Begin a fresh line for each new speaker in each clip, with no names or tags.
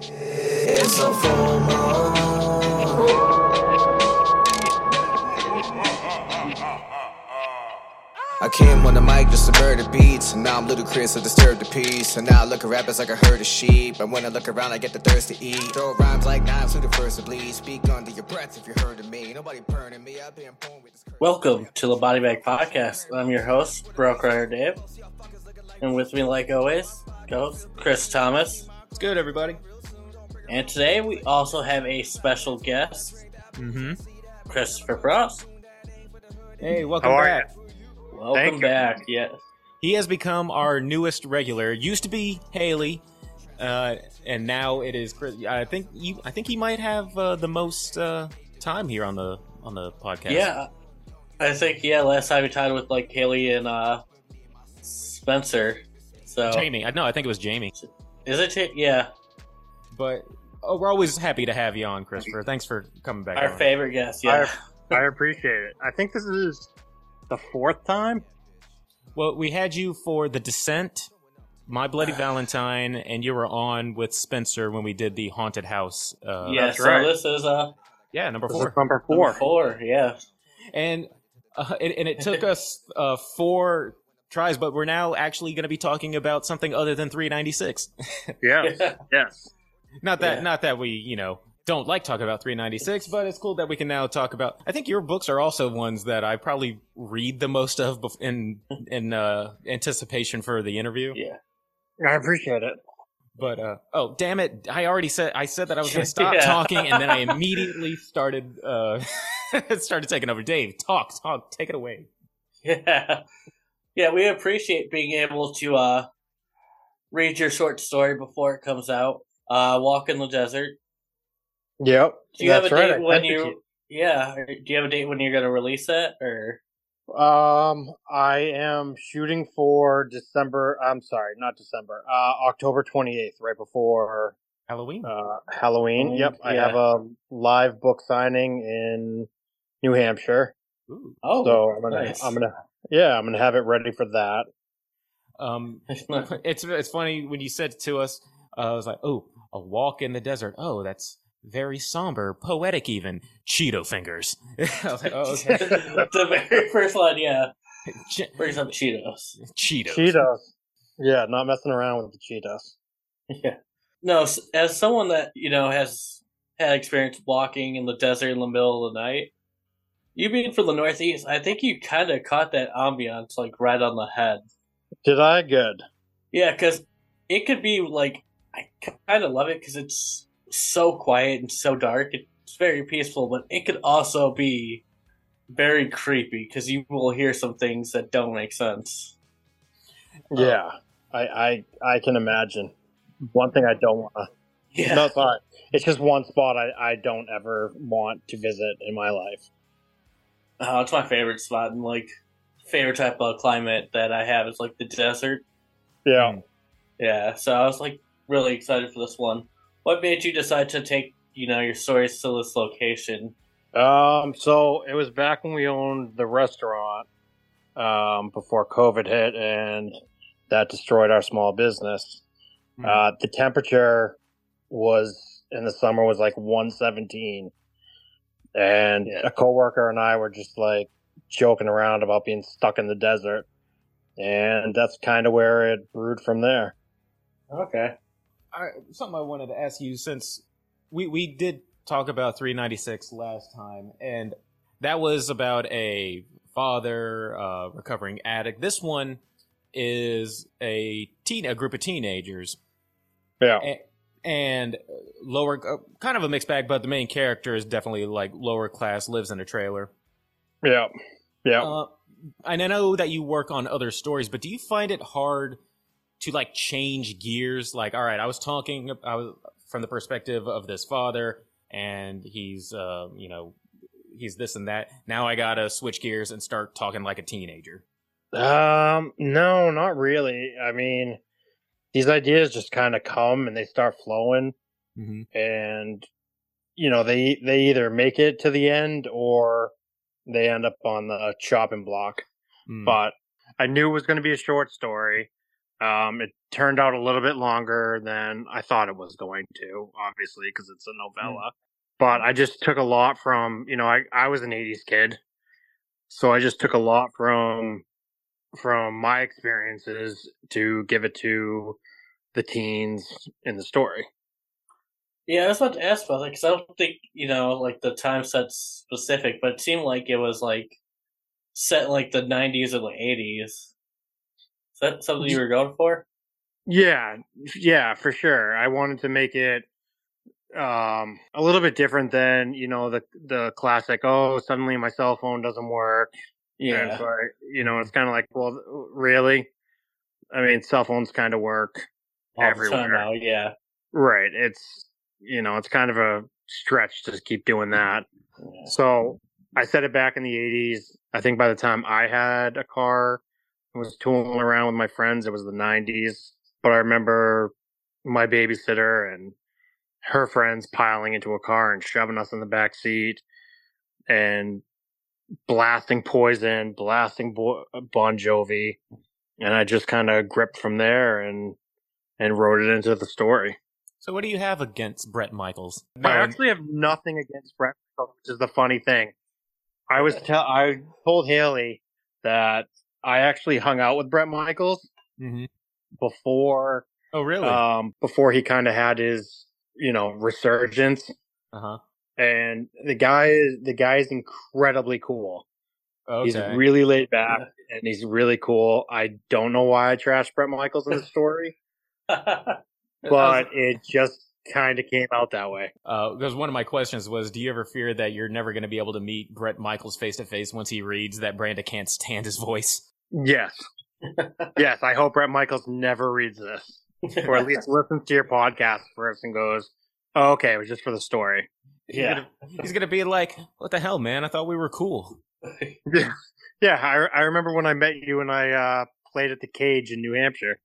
It's a full moon. I came on the mic just to murder beats, and now I'm ludicrous to disturb the peace. And now I look at rappers like a herd of sheep, and when I look around, I get the thirst to eat. Throw rhymes like knives to the first to bleed. Speak under your breath if you heard of me. Nobody burning me. I've been born with this. curse.
Welcome to the Body Bag Podcast. I'm your host, Bro Runner Dave. And with me, like always, goes Chris Thomas.
It's good, everybody.
And today we also have a special guest,
Mm-hmm.
Christopher Frost.
Hey, welcome
How are
back.
Welcome
Thank you.
back. Yes.
He has become our newest regular. Used to be Haley, uh, and now it is Chris. I think you. I think he might have uh, the most uh, time here on the on the podcast.
Yeah. I think, yeah, last time we tied with like Haley and uh, Spencer. So,
Jamie. I know. I think it was Jamie.
is it? T- yeah.
But oh, we're always happy to have you on, Christopher. Thanks for coming back.
Our
on.
favorite guest. Yeah.
Our- I appreciate it. I think this is the fourth time.
Well, we had you for the Descent, My Bloody Valentine, and you were on with Spencer when we did the haunted house. Uh,
yeah.
that's
So
right.
this is uh,
yeah, number
This
four.
is number
four.
four.
Four. Yeah.
and uh, and, and it took us uh, four tries, but we're now actually going to be talking about something other than 396.
Yes, yes.
Not that
Yeah.
not that we you know don't like talking about 396, but it's cool that we can now talk about. I think your books are also ones that I probably read the most of bef- in in uh, anticipation for the interview.
yeah.
I appreciate it.
But uh, oh damn it! I already said I said that I was going to stop
Yeah.
talking, and then I immediately started uh, started taking over. Dave, talk, talk, take it away.
Yeah. Yeah, we appreciate being able to uh read your short story before it comes out. Uh Walk in the Desert.
Yep.
Do you have a date when you Yeah, or do you have a date when you're going to release it or
Um, I am shooting for December. I'm sorry, not December. Uh, October 28th, right before
Halloween.
uh, Halloween.
Halloween,
Yep. I
yeah.
have a live book signing in New Hampshire.
Ooh.
Oh,
so I'm gonna,
nice.
I'm gonna, yeah, I'm gonna have it ready for that.
Um, it's it's funny when you said it to us. Uh, I was like, "Oh, a walk in the desert. Oh, that's very somber, poetic, even Cheeto fingers." I was like, "Oh, okay.
the very first line, yeah,
che-
brings up Cheetos.
Cheetos."
Cheetos. Yeah, not messing around with the Cheetos.
Yeah. No, s- as someone that, you know, has had experience walking in the desert in the middle of the night, you being from the Northeast, I think you kind of caught that ambiance like right on the head.
Did I? Good.
Yeah, because it could be like I kind of love it because it's so quiet and so dark. It's very peaceful, but it could also be very creepy because you will hear some things that don't make sense.
Yeah, I, I, I can imagine. One thing I don't want to.
Yeah,
No, sorry. It's just one spot I, I don't ever want to visit in my life.
oh, it's my favorite spot and like favorite type of climate that I have is like the desert.
Yeah.
Yeah, so I was like really excited for this one. What made you decide to take you know your stories to this location?
Um. So it was back when we owned the restaurant, um, before COVID hit, and that destroyed our small business.
Hmm.
Uh, the temperature was in the summer was like 117, and a coworker and I were just like joking around about being stuck in the desert, and that's kind of where it brewed from there.
Okay.
I, something I wanted to ask you since we we did talk about 396 last time, and that was about a father uh, recovering addict. This one is a teen a group of teenagers
Yeah.
A- and uh, lower uh, kind of a mixed bag but the main character is definitely like lower class lives in a trailer
Yeah. Yeah.
uh, and i know that you work on other stories but do you find it hard to like change gears like all right i was talking i was from the perspective of this father and he's uh, you know he's this and that now i gotta switch gears and start talking like a teenager
Um, no, not really. I mean, these ideas just kind of come and they start flowing,
mm-hmm.
and you know they they either make it to the end or Hmm.
Hmm.
they end up on the chopping block. But I knew it was going to be a short story, Um, it turned out a little bit longer than I thought it was going to, obviously, because it's a novella. But I just took a lot from, you know, I, I was an 80s kid. So I just took a lot from from my experiences to give it to the teens in the story.
Yeah, I was about to ask about that because I don't think you know like the time set specific, but it seemed like it was like set in, like the '90s or the '80s. Is that something you were going for?
Yeah, yeah, for sure. I wanted to make it um a little bit different than, you know, the the classic, oh, suddenly my cell phone doesn't work. And
Yeah,
so I, you know, it's kind of like, well, really? I mean, cell phones kind of work.
all the time
everywhere.
now. Yeah,
Right. It's, you know, it's kind of a stretch to keep doing that. So I set it back in the 80s. I think by the time I had a car and was tooling around with my friends, it was the 90s. But I remember my babysitter and her friends piling into a car and shoving us in the back seat and blasting poison, blasting Bo- uh, Bon Jovi. And I just kind of gripped from there and and wrote it into the story.
So what do you have against Brett Michaels?
I actually have nothing against Brett, Michaels, which is the funny thing. I was tell I told Haley that I actually hung out with Brett Michaels
hmm
before
Oh really? Uh
um before he kind of had his you know resurgence,
huh.
and the guy is the guy is incredibly cool.
Okay.
He's really laid back and he's really cool. I don't know why I trashed Brett Michaels in the story, but it just kind of came out that way.
because Uh, one of my questions was, do you ever fear that you're never going to be able to meet Brett Michaels face to face once he reads that Branda can't stand his voice?
Yes. yes, I hope Brett Michaels never reads this, or at least listens to your podcast first and goes, oh, "Okay, it was just for the story."
yeah,
He's gonna be like, "What the hell, man? I thought we were cool."
Yeah, yeah. I, I remember when I met you and I uh, played at the cage in New Hampshire,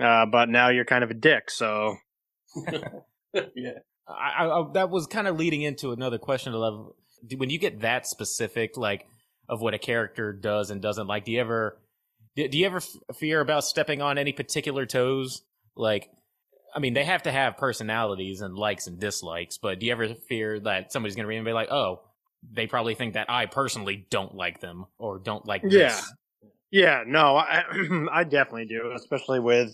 uh, but now you're kind of a dick. So
yeah.
I, I, I that was kind of leading into another question. I love when you get that specific, like of what a character does and doesn't like. Do you ever, do, do you ever f- fear about stepping on any particular toes? Like, I mean, they have to have personalities and likes and dislikes, but do you ever fear that somebody's gonna read and be like, "Oh, they probably think that I personally don't like them or don't like
Yeah.
this."
yeah, no, I, I definitely do, especially with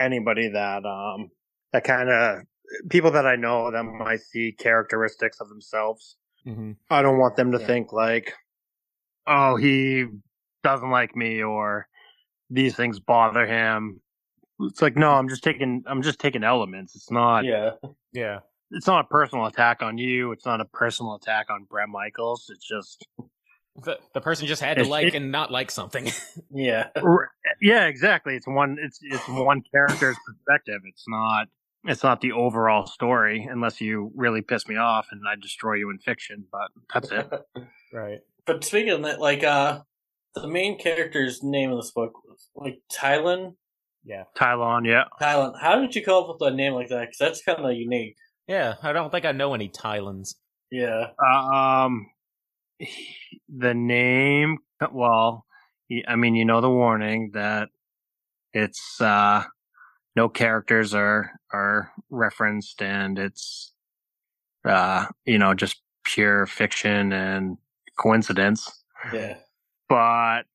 anybody that um that kind of people that I know that might see characteristics of themselves
hmm
I don't want them to
Yeah.
think like, oh, he doesn't like me or these things bother him. It's like, no, I'm just taking I'm just taking elements. It's not
yeah.
Yeah.
it's not a personal attack on you. It's not a personal attack on Brett Michaels. It's just
The, the person just had to
It's-
like
it-
and not like something.
Yeah.
Yeah, exactly. It's one it's it's one character's perspective. It's not it's not the overall story unless you really piss me off and I destroy you in fiction, but that's it.
right.
But speaking of that, like uh the main character's name in this book was like Tylen.
Yeah.
Tylon, yeah.
Tylen, how did you come up with a name like that? Because that's kind of unique.
Yeah, I don't think I know any Tylans.
Yeah.
Um, the name. uh, Well, y- I mean, you know the warning that it's uh, no characters are are referenced, and it's uh, you know just pure fiction and coincidence.
Yeah.
But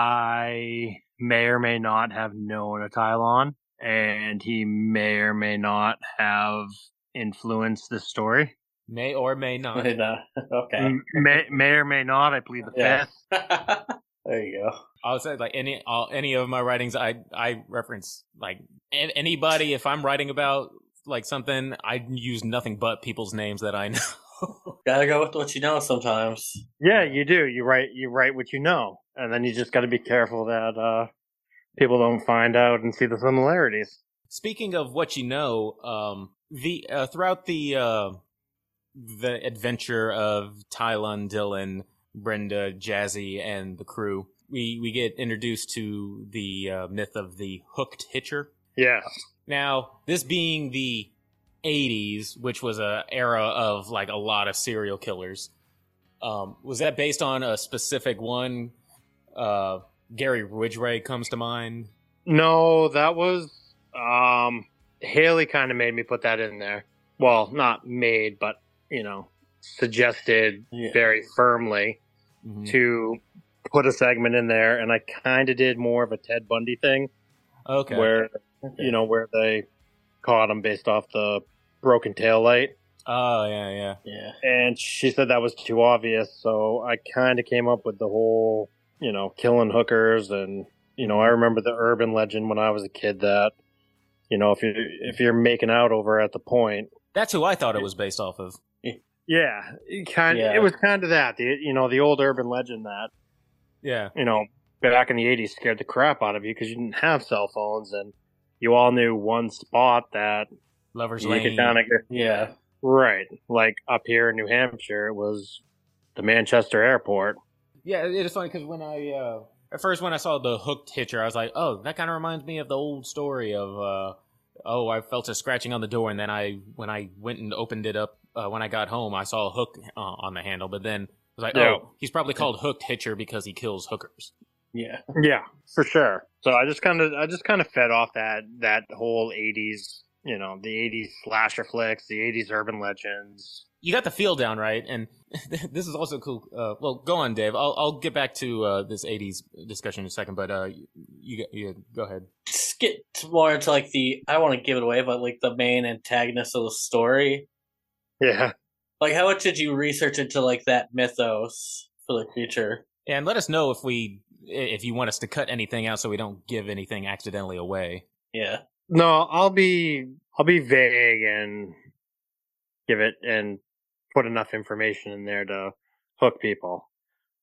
I may or may not have known a Tylon, and he may or may not have influenced this story.
May or may not.
And, uh, okay.
M- may, may or may not. I plead the
Yeah.
fifth. Mm.
there you go.
I'll say like any all, any of my writings, I I reference like an- anybody. If I'm writing about like something, I use nothing but people's names that I know.
Gotta go with what you know sometimes.
Yeah, you do. You write. You write what you know, and then you just got to be careful that uh, people don't find out and see the similarities.
Speaking of what you know, um, the uh, throughout the uh, the adventure of Tylon, Dylan, Brenda, Jazzy, and the crew, we we get introduced to the uh, myth of the hooked hitcher.
Yeah.
Now, this being the 80s, which was a era of like a lot of serial killers, um, was that based on a specific one? Uh, Gary Ridgway comes to mind.
No, that was um Haley kind of made me put that in there. Well, not made, but you know, suggested
Yeah.
very firmly Mm-hmm.
Mhm.
to put a segment in there, and I kind of did more of a Ted Bundy thing
Okay.
where
Okay.
you know where they caught him based off the broken tail light,
oh yeah, yeah.
Yeah.
and she said that was too obvious, so I kind of came up with the whole you know killing hookers and you know I remember the urban legend when I was a kid that you know if you if you're making out over at the point
That's who I thought it was based off of.
Yeah, kind
Yeah.
it was kind of that. The, you know, the old urban legend that
Yeah.
you know back in the '80s scared the crap out of you because you didn't have cell phones and you all knew one spot that
Lovers
you
Lane.
could kind of get
Yeah.
right. Like up here in New Hampshire, it was the Manchester Airport.
Yeah, it is funny because when I uh, at first when I saw the hooked hitcher, I was like, oh, that kind of reminds me of the old story of uh, oh, I felt a scratching on the door, and then I when I went and opened it up uh, when I got home, I saw a hook uh, on the handle, but then I was like,
Yeah.
oh, he's probably called hooked hitcher because he kills hookers.
Yeah.
Yeah, for sure. So I just kind of I just kind of fed off that that whole '80s. You know, the '80s slasher flicks, the '80s urban legends.
You got the feel down right, and this is also cool. Uh, well, go on, Dave. I'll I'll get back to uh, this '80s discussion in a second, but uh, you, you, you go ahead.
Just get more into like the I don't want to give it away, but like the main antagonist of the story.
Yeah,
Like, how much did you research into like that mythos for the creature?
And let us know if we if you want us to cut anything out so we don't give anything accidentally away.
Yeah.
No, I'll be I'll be vague and give it and put enough information in there to hook people.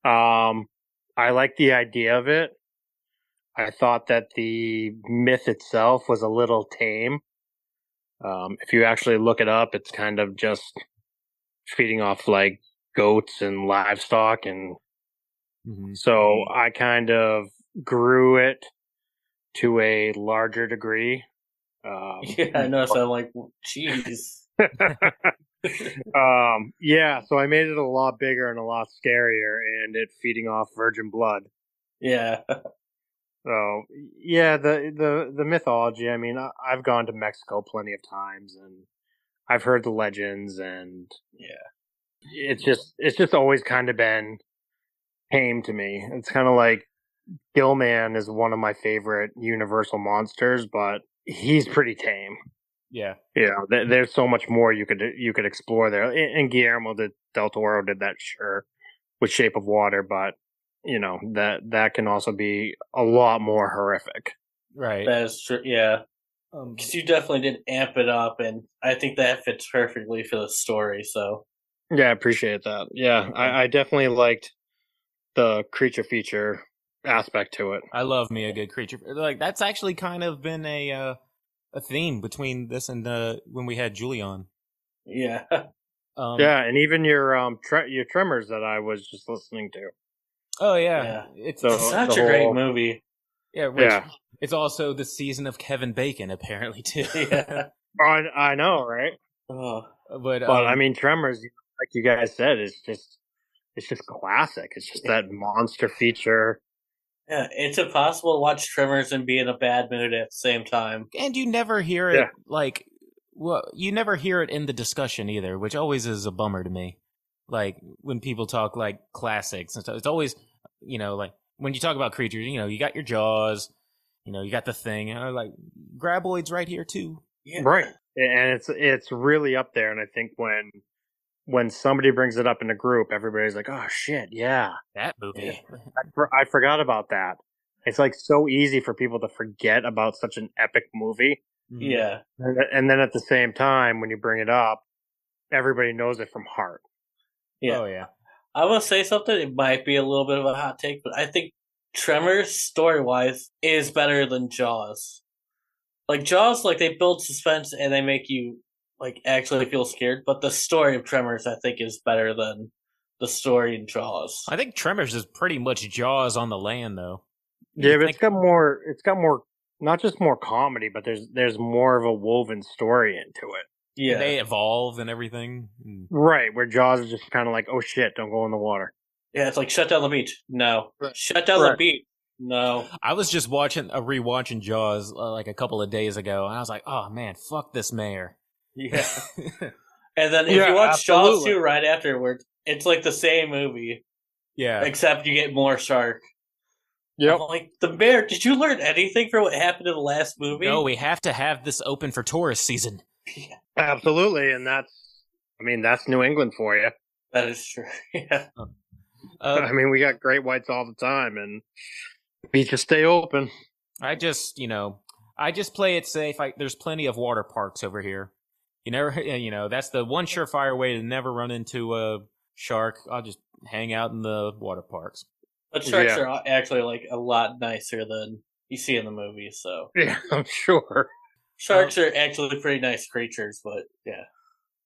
Um I like the idea of it. I thought that the myth itself was a little tame. Um if you actually look it up, it's kind of just feeding off like goats and livestock and
Mm-hmm.
so um, I kind of grew it to a larger degree. Um,
Yeah, I know. So I'm like, jeez.
um, yeah, so I made it a lot bigger and a lot scarier, and it feeding off virgin blood.
Yeah.
So yeah, the the the mythology. I mean, I, I've gone to Mexico plenty of times, and I've heard the legends, and
Yeah.
it's just it's just always kind of been tame to me. It's kind of like Gilman is one of my favorite Universal monsters, but he's pretty tame.
Yeah.
You know, there, there's so much more you could you could explore there. And, and Guillermo de, del Toro did that sure with Shape of Water, but you know that that can also be a lot more horrific.
Right.
That is true. Yeah.
Um,
Because you definitely did amp it up, and I think that fits perfectly for the story. So,
Yeah, I appreciate that. Yeah, I, I definitely liked the creature feature aspect to it.
I love me a good creature. Like that's actually kind of been a uh, a theme between this and uh, when we had Julian.
yeah.
Um,
yeah, and even your um tre- your tremors that I was just listening to.
Oh yeah.
Yeah.
It's
So-
It's such
the
a great
whole-
movie.
yeah. Which,
yeah.
It's also the season of Kevin Bacon apparently too.
Yeah.
I I know, right?
Oh,
but
But
um,
I mean, Tremors, like you guys said, it's just it's just classic. It's just that monster feature.
yeah. It's impossible to watch Tremors and be in a bad mood at the same time.
and you never hear it
Yeah.
like well you never hear it in the discussion either which always is a bummer to me like when people talk like classics and stuff it's always you know like when you talk about creatures you know you got your jaws you know you got the thing and i like graboids right here too
Yeah.
right and it's it's really up there and i think when when somebody brings it up in a group everybody's like oh shit yeah
that movie
i, for, I forgot about that it's like so easy for people to forget about such an epic movie
Mm. Hmm.
Yeah.
and, and then at the same time when you bring it up everybody knows it from heart
Yeah.
oh yeah
I will say something. It might be a little bit of a hot take, but I think Tremors story wise is better than Jaws. Like Jaws, like they build suspense and they make you like actually feel scared. But the story of Tremors, I think, is better than the story in Jaws.
i think tremors is pretty much jaws on the land though
yeah but
Like-
it's got more it's got more not just more comedy but there's there's more of a woven story into it
Yeah,
they evolve and everything Mm.
right where jaws is just kind of like oh shit don't go in the water
yeah. It's like shut down the beach. No,
Right.
shut down the
Right.
beach. No.
I was just watching, uh, rewatching Jaws uh, like a couple of days ago, and I was like, oh man, fuck this mayor.
Yeah. And then if
Yeah,
you watch Jaws
absolutely.
2 right afterwards, it's like the same movie,
yeah.
except you get more shark.
Yep.
I'm like, the mayor, did you learn anything from what happened in the last movie?
No, we have to have this open for tourist season.
Absolutely. And that's, I mean, that's New England for you.
That is true. yeah.
Uh,
I mean, we got great whites all the time, and beaches stay open.
I just, you know, I just play it safe. I, there's plenty of water parks over here. You never, you know, that's the one surefire way to never run into a shark. I'll just hang out in the water parks.
But sharks
Yeah.
are actually like a lot nicer than you see in the movie, so.
Yeah, I'm sure.
Sharks are actually pretty nice creatures, but yeah.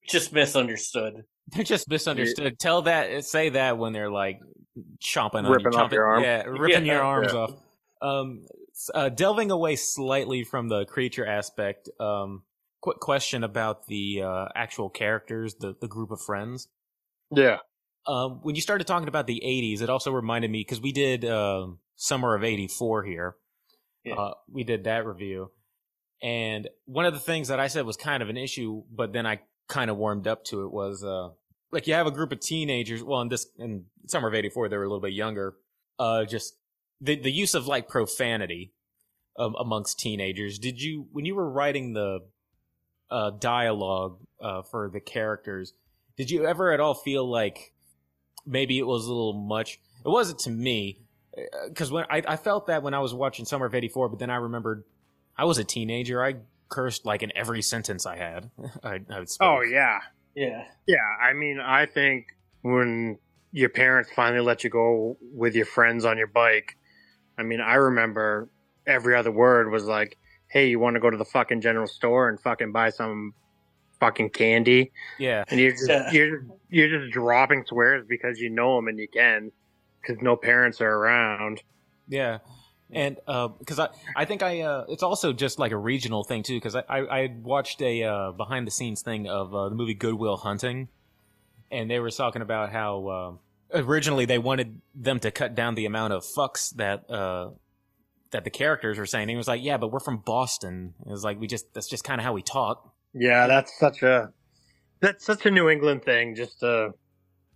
Just misunderstood.
They're just misunderstood. Tell that, eh, say that when they're like chomping on you,
Ripping off
chomping-
your arm.
yeah, ripping
Yeah.
your arms
Yeah.
off. Um, s- uh, delving away slightly from the creature aspect. Um, quick question about the uh, actual characters, the the group of friends.
Yeah.
Um, when you started talking about the '80s, it also reminded me because we did um Summer of '84 here.
Yeah.
Uh, we did that review, and one of the things that I said was kind of an issue, but then I kind of warmed up to it was uh, like you have a group of teenagers. Well, in this in Summer of '84, they were a little bit younger. Uh, just the the use of like profanity um, amongst teenagers. Did you when you were writing the uh, dialogue uh, for the characters? Did you ever at all feel like maybe it was a little much? It wasn't to me because when I, I felt that when I was watching Summer of '84, but then I remembered I was a teenager. I cursed like in every sentence I had. I, I would speak.
Oh, yeah.
Yeah.
Yeah. I mean, I think when your parents finally let you go with your friends on your bike, I mean, I remember every other word was like, hey, you want to go to the fucking general store and fucking buy some fucking candy?
yeah.
and you're just,
Yeah.
you're you're just dropping swears because you know them and you can, because no parents are around.
Yeah, and because I I think I uh, it's also just like a regional thing too because I, I I watched a uh, behind the scenes thing of uh, the movie Goodwill Hunting, and they were talking about how um originally they wanted them to cut down the amount of fucks that. Uh, that the characters were saying, and he was like, "Yeah, but we're from Boston." It was like we just that's just kind of how we talk.
Yeah, that's such a that's such a New England thing. Just uh,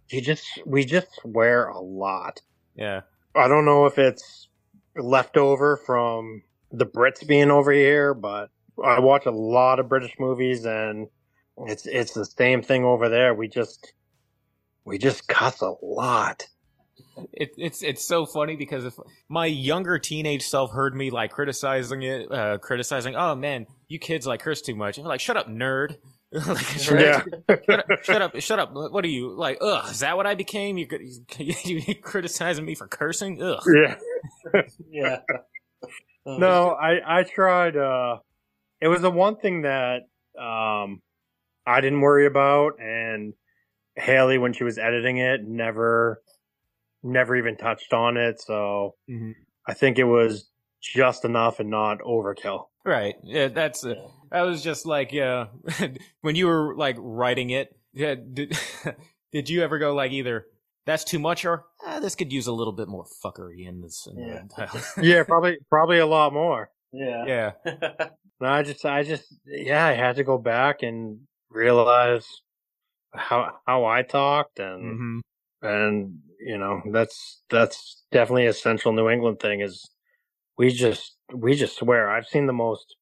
you just we just swear a lot.
Yeah,
I don't know if it's leftover from the Brits being over here, but I watch a lot of British movies and it's it's the same thing over there. We just we just cuss a lot.
it, it's it's so funny because if my younger teenage self heard me like criticizing it, uh, criticizing, oh man, you kids like curse too much. I'm like, shut up, nerd. like, shut,
Yeah.
up, shut up, shut up. What are you like? Ugh, is that what I became? You you criticizing me for cursing? Ugh.
Yeah.
Yeah. Um,
no i i tried uh it was the one thing that um i didn't worry about and haley when she was editing it never never even touched on it so
Mhm.
i think it was just enough and not overkill
Right. Yeah, that's uh,
Yeah.
that was just like yeah. when you were like writing it, yeah, did did you ever go like either that's too much or ah, this could use a little bit more fuckery in this? in the dialogue."
yeah probably probably a lot more
Yeah.
yeah.
and i just i just yeah i had to go back and realize how how i talked and
hmm
and you know that's that's definitely a central new england thing is we just we just swear i've seen the most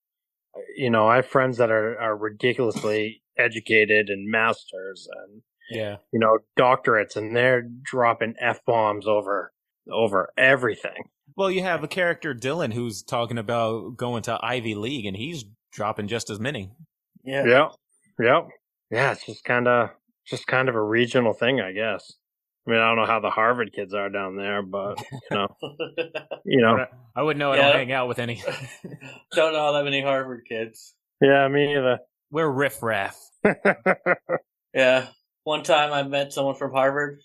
you know i have friends that are are ridiculously educated and masters and
Yeah.
you know doctorates and they're dropping f-bombs over over everything
Well, you have a character Dylan who's talking about going to Ivy League, and he's dropping just as many.
yeah.
yep yep yeah it's just kind of just kind of a regional thing i guess i mean i don't know how the harvard kids are down there but you know
I wouldn't know. I
Yeah.
don't hang out with any.
Don't know that many Harvard kids.
yeah me either
We're riffraff.
Yeah. One time I met someone from Harvard.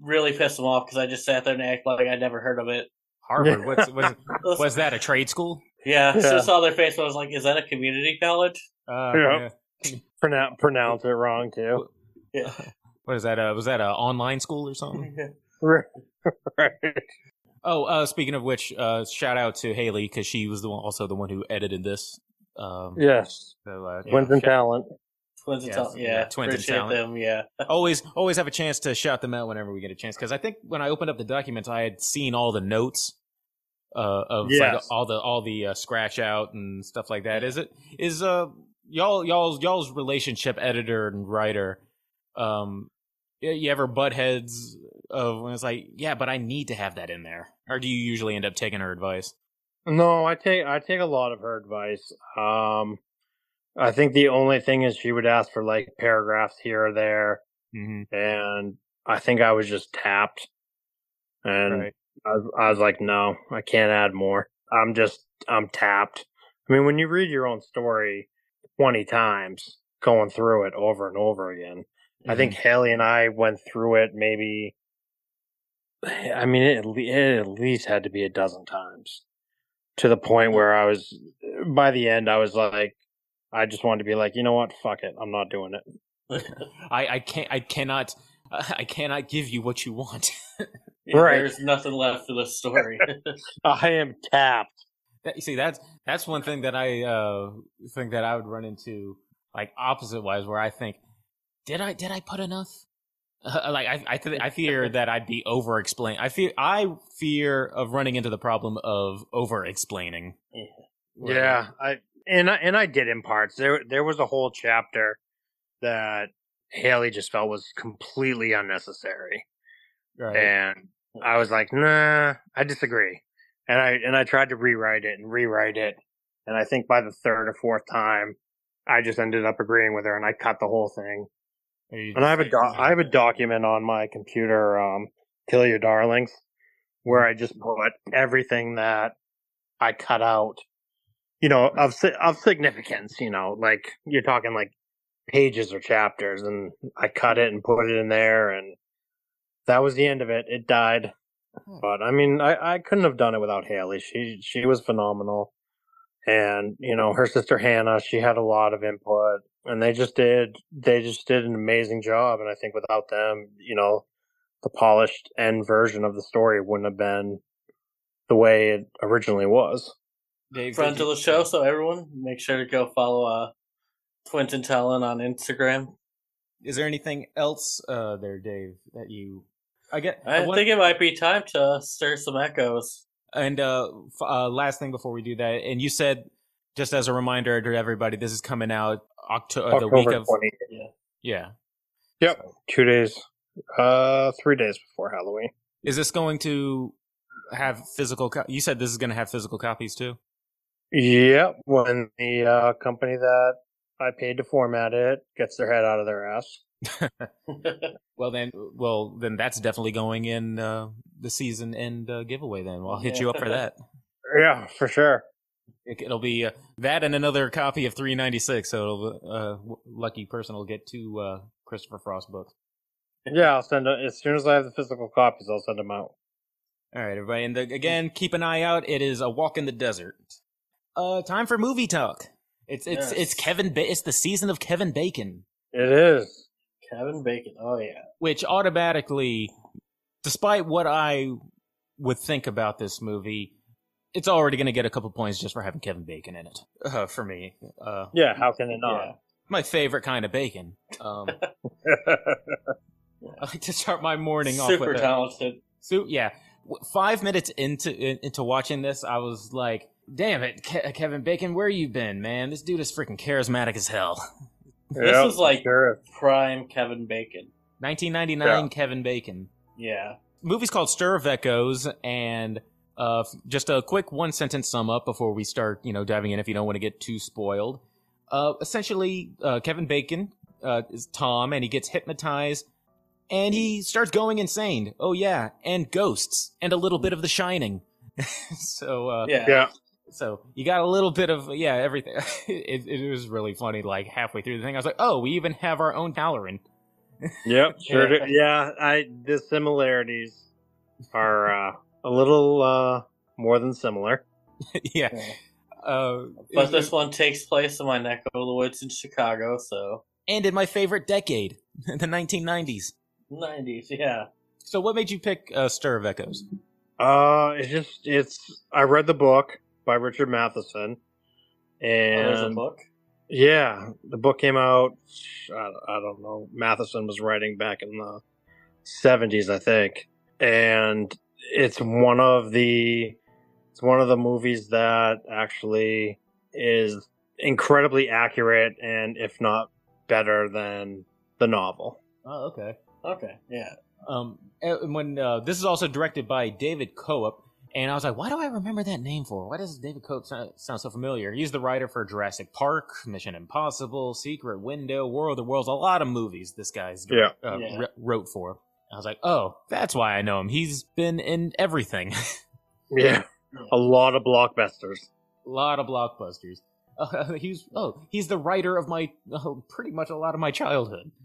Really pissed them off because I just sat there and acted like I never heard of it.
Harvard. What's was was that a trade school?
yeah, I
Yeah.
just saw their face and I was like, is that a community college?
Uh,
Yeah. Pronoun- pronounce it wrong too
Yeah.
What is that? Uh, was that a online school or something?
Right.
Oh, uh, speaking of which, uh, shout out to Haley because she was the one, also the one who edited this. Um,
Yes.
so, uh, yeah,
Twins and
shout-
talent.
Twins and
Yes,
Talent.
yeah,
Yeah,
Twins and
appreciate
Talent.
them. Yeah,
always always have a chance to shout them out whenever we get a chance because I think when I opened up the documents, I had seen all the notes uh, of like,
Yes.
all the all the uh, scratch out and stuff like that. Is it is uh y'all y'all's y'all's relationship editor and writer? Um, y- you ever butt heads of when it's like, yeah, but I need to have that in there, or do you usually end up taking her advice?
No, I take I take a lot of her advice. Um, I think the only thing is she would ask for like paragraphs here or there,
Mm-hmm.
and I think I was just tapped, and
Right.
I, was- I was like, no, I can't add more. I'm just I'm tapped. I mean, when you read your own story twenty times, going through it over and over again, I think Haley and I went through it maybe. I mean, it, at le- it at least had to be a dozen times to the point where I was, by the end, I was like, I just wanted to be like, you know what? Fuck it. I'm not doing it.
I I can't I cannot I cannot give you what you want.
Right.
There's nothing left for this story.
I am tapped.
That, you see, that's that's one thing that I uh, think that I would run into, like opposite wise, where I think, did I did I put enough? Uh, like I I, th- I fear that I'd be over explain. I fear I fear of running into the problem of over explaining.
Yeah. I, and I, and I did in parts. There, there was a whole chapter that Haley just felt was completely unnecessary.
Right.
and I was like, nah, I disagree. And I and I tried to rewrite it and rewrite it, and I think by the third or fourth time, I just ended up agreeing with her, and I cut the whole thing.
Or you
And I have
just
a doc- I have a document on my computer, um, "Kill Your Darlings," where I just put everything that I cut out, you know, of si- of significance. You know, like you're talking like pages or chapters, and I cut it and put it in there, and that was the end of it. It died, but I mean, I I couldn't have done it without Haley. She she was phenomenal, and you know, her sister Hannah, she had a lot of input and they just did they just did an amazing job and i think without them you know the polished end version of the story wouldn't have been the way it originally was
Dave,
Front of the show, so everyone make sure to go follow uh, Twins and Talent on Instagram.
Is there anything else uh, there, Dave, that you? I get.
I
one-
think it might be time to stir some echoes.
And uh, f- uh, last thing before we do that, and you said just as a reminder to everybody, this is coming out October, the week of
20
yeah.
two days uh three days before halloween
Is this going to have physical? Co- you said this is going to have physical copies too.
yep when the uh company that i paid to format it gets their head out of their ass
Well then, well then, that's definitely going in uh, the season end uh, giveaway. Then I'll hit you up for that.
yeah for sure
It, it'll be uh, that and another copy of 396. So it'll, uh, w- lucky person will get two uh, Christopher Frost books.
yeah i'll send it as soon as i have the physical copies i'll send them out
All right, everybody. And the, again, keep an eye out. It is a walk in the desert. Uh, time for movie talk. It's it's
Yes.
it's Kevin. Ba- it's the season of Kevin Bacon,
it is
Kevin Bacon. Oh yeah.
which automatically, despite what I would think about this movie, it's already going to get a couple points just for having Kevin Bacon in it. Uh, for me, uh,
yeah how can it not
my favorite kind of bacon. Um, I like to start my morning off
Super
with a-
talented.
So yeah, w- five minutes into in- into watching this, I was like, "Damn it, Ke- Kevin Bacon, where you been, man? This dude is freaking charismatic as hell."
This
Yep,
is like-
sure.
Prime Kevin Bacon.
1999, Kevin Bacon.
Yeah.
Movie's called Stir of Echoes, and uh, f- just a quick one sentence sum up before we start, you know, diving in. If you don't want to get too spoiled, uh, essentially, uh, Kevin Bacon uh, is Tom, and he gets hypnotized, and he starts going insane. Oh yeah, and ghosts, and a little bit of The Shining. so uh,
Yeah.
yeah
so you got a little bit of yeah everything it, it was really funny like halfway through the thing i was like oh we even have our own Halloran.
Yep, sure.
Yeah.
do. Yeah, I the similarities are uh, a little uh, more than similar.
yeah
Yeah.
uh,
But this one takes place in my neck of the woods in Chicago, so
and in my favorite decade the 1990s
nineties, yeah. Oh,
so what made you pick uh, stir of echoes
Uh, it's just it's. I read the book by Richard Matheson,
Oh,
and
there's a book.
yeah, the book came out. I, I don't know. Matheson was writing back in the seventies, I think, and it's one of the it's one of the movies that actually is incredibly accurate and if not better than the novel.
Oh, okay.
Okay, yeah.
Um, and when uh, this is also directed by David Coop, and I was like, why do I remember that name for? Why does David Coop sound, sound so familiar? He's the writer for Jurassic Park, Mission Impossible, Secret Window, War of the Worlds, a lot of movies. This guy's
Yeah.
uh,
Yeah.
wr- wrote for. I was like, oh, that's why I know him. He's been in everything.
Yeah, a lot of blockbusters.
a lot of blockbusters. Uh, he's oh, he's the writer of my oh, pretty much a lot of my childhood.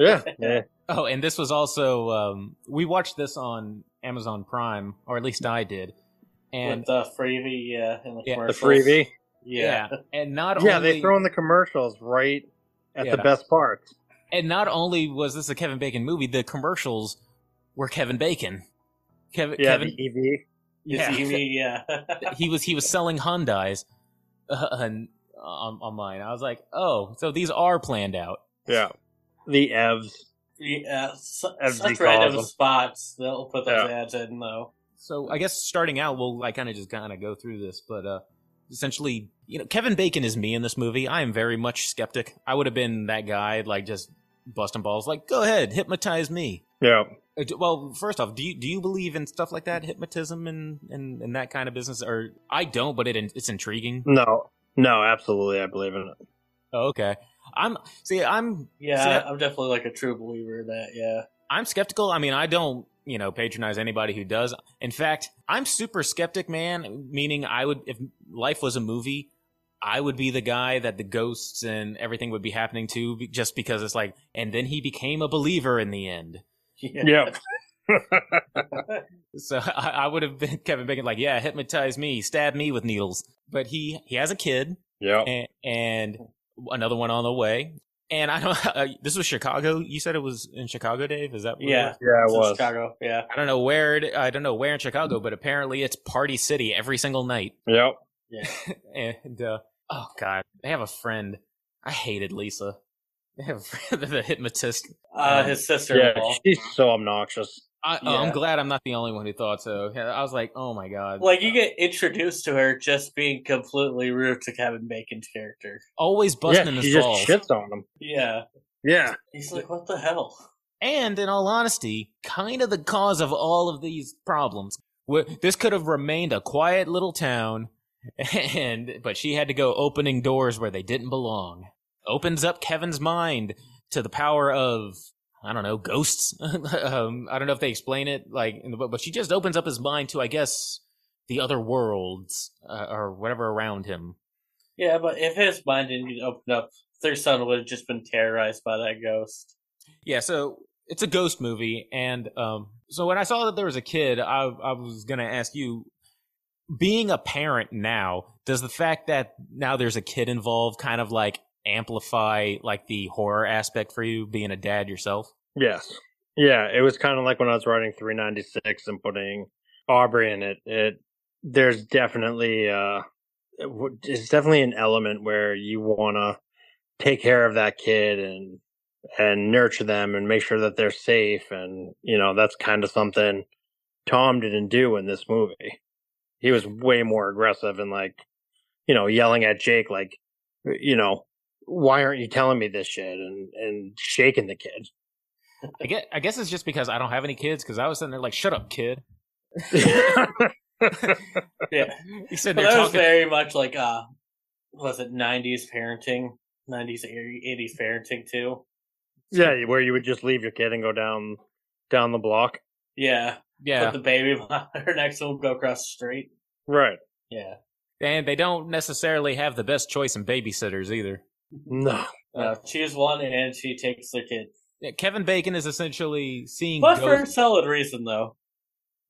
Yeah, yeah.
Oh, and this was also um, we watched this on Amazon Prime, or at least I did. And
With the freebie, uh, yeah, and the
Yeah, the
The
commercials.
freebie.
Yeah.
and not
Yeah,
only
they throw in the commercials right at
Yeah.
the best parts.
and not only was this a Kevin Bacon movie, the commercials were Kevin Bacon. Kevin,
Yeah,
Kevin,
the E EV.
You
Yeah.
see me, yeah.
he was he was selling Hyundai's uh, and on online. I was like, oh, so these are planned out.
Yeah, the EVs.
yeah, su-
As we
uh, such
call
random
them.
spots. They'll put those ads in, though.
So I guess starting out, we'll like kind of just kind of go through this, but uh, essentially, you know, Kevin Bacon is me in this movie. I am very much skeptic. I would have been that guy, like just busting balls, like go ahead, hypnotize me.
Yeah,
Uh, d- Well, first off, do you do you believe in stuff like that, hypnotism and and, and that kind of business? Or I don't, but it in- it's intriguing.
no, no, absolutely, I believe in it.
Oh, okay, I'm see, I'm
Yeah,
See, that-
I'm definitely like a true believer in that, yeah.
I'm skeptical. I mean, I don't you know patronize anybody who does. In fact, I'm super skeptic, man. Meaning, I would if life was a movie. I would be the guy that the ghosts and everything would be happening to be- just because it's like, and then he became a believer in the end.
Yeah,
So I, I would have been Kevin Bacon, like, yeah, hypnotize me, stab me with needles. But he he has a kid,
yeah,
and, and another one on the way. And I don't. Uh, this was Chicago. You said it was in Chicago, Dave. Is that where it
Yeah.
was?
yeah. It
It's in
was.
Chicago, yeah.
I don't know where. It, I don't know where in Chicago, but apparently it's Party City every single night.
Yep.
And uh, oh god, they have a friend. I hated Lisa. They have a friend, the hypnotist.
Uh,
Um,
his sister in
Yeah,
law.
she's so obnoxious.
I, oh, I'm
Yeah.
glad I'm not the only one who thought so. I was like, oh my god.
Like, you get introduced to her just being completely rude to Kevin Bacon's character.
always busting
yeah,
his
she just
balls.
shits on him.
Yeah.
Yeah,
He's like, what the hell?
and in all honesty, kind of the cause of all of these problems. Wh- This could have remained a quiet little town, and but she had to go opening doors where they didn't belong. Opens up Kevin's mind to the power of I don't know ghosts. um, I don't know if they explain it like in the book, but she just opens up his mind to I guess the other worlds uh, or whatever around him.
Yeah, but if his mind didn't get opened up, their son would have just been terrorized by that ghost.
Yeah, so it's a ghost movie, and um, so when I saw that there was a kid, I, I was gonna ask you, being a parent now, does the fact that now there's a kid involved kind of like amplify like the horror aspect for you being a dad yourself?
yes, yeah. It was kind of like when I was writing 396 and putting Aubrey in it. It there's definitely uh, it w- it's definitely an element where you want to take care of that kid and and nurture them and make sure that they're safe and you know that's kind of something Tom didn't do in this movie. He was way more aggressive and like you know yelling at Jake like you know why aren't you telling me this shit and and shaking the kid.
I guess, I guess it's just because I don't have any kids because I was sitting there like, shut up, kid.
Yeah.
You sitting
But
there
that was
talking.
very much like, uh, was it 90s parenting? 90s, 80s parenting, too?
Yeah, where you would just leave your kid and go down down the block.
Yeah.
Yeah.
Put the baby behind her next to him, go across the street.
Right.
Yeah.
And they don't necessarily have the best choice in babysitters either.
No.
Uh, choose one and she takes the kid.
Yeah, Kevin Bacon is essentially seeing
But
ghosts-
for a solid reason, though.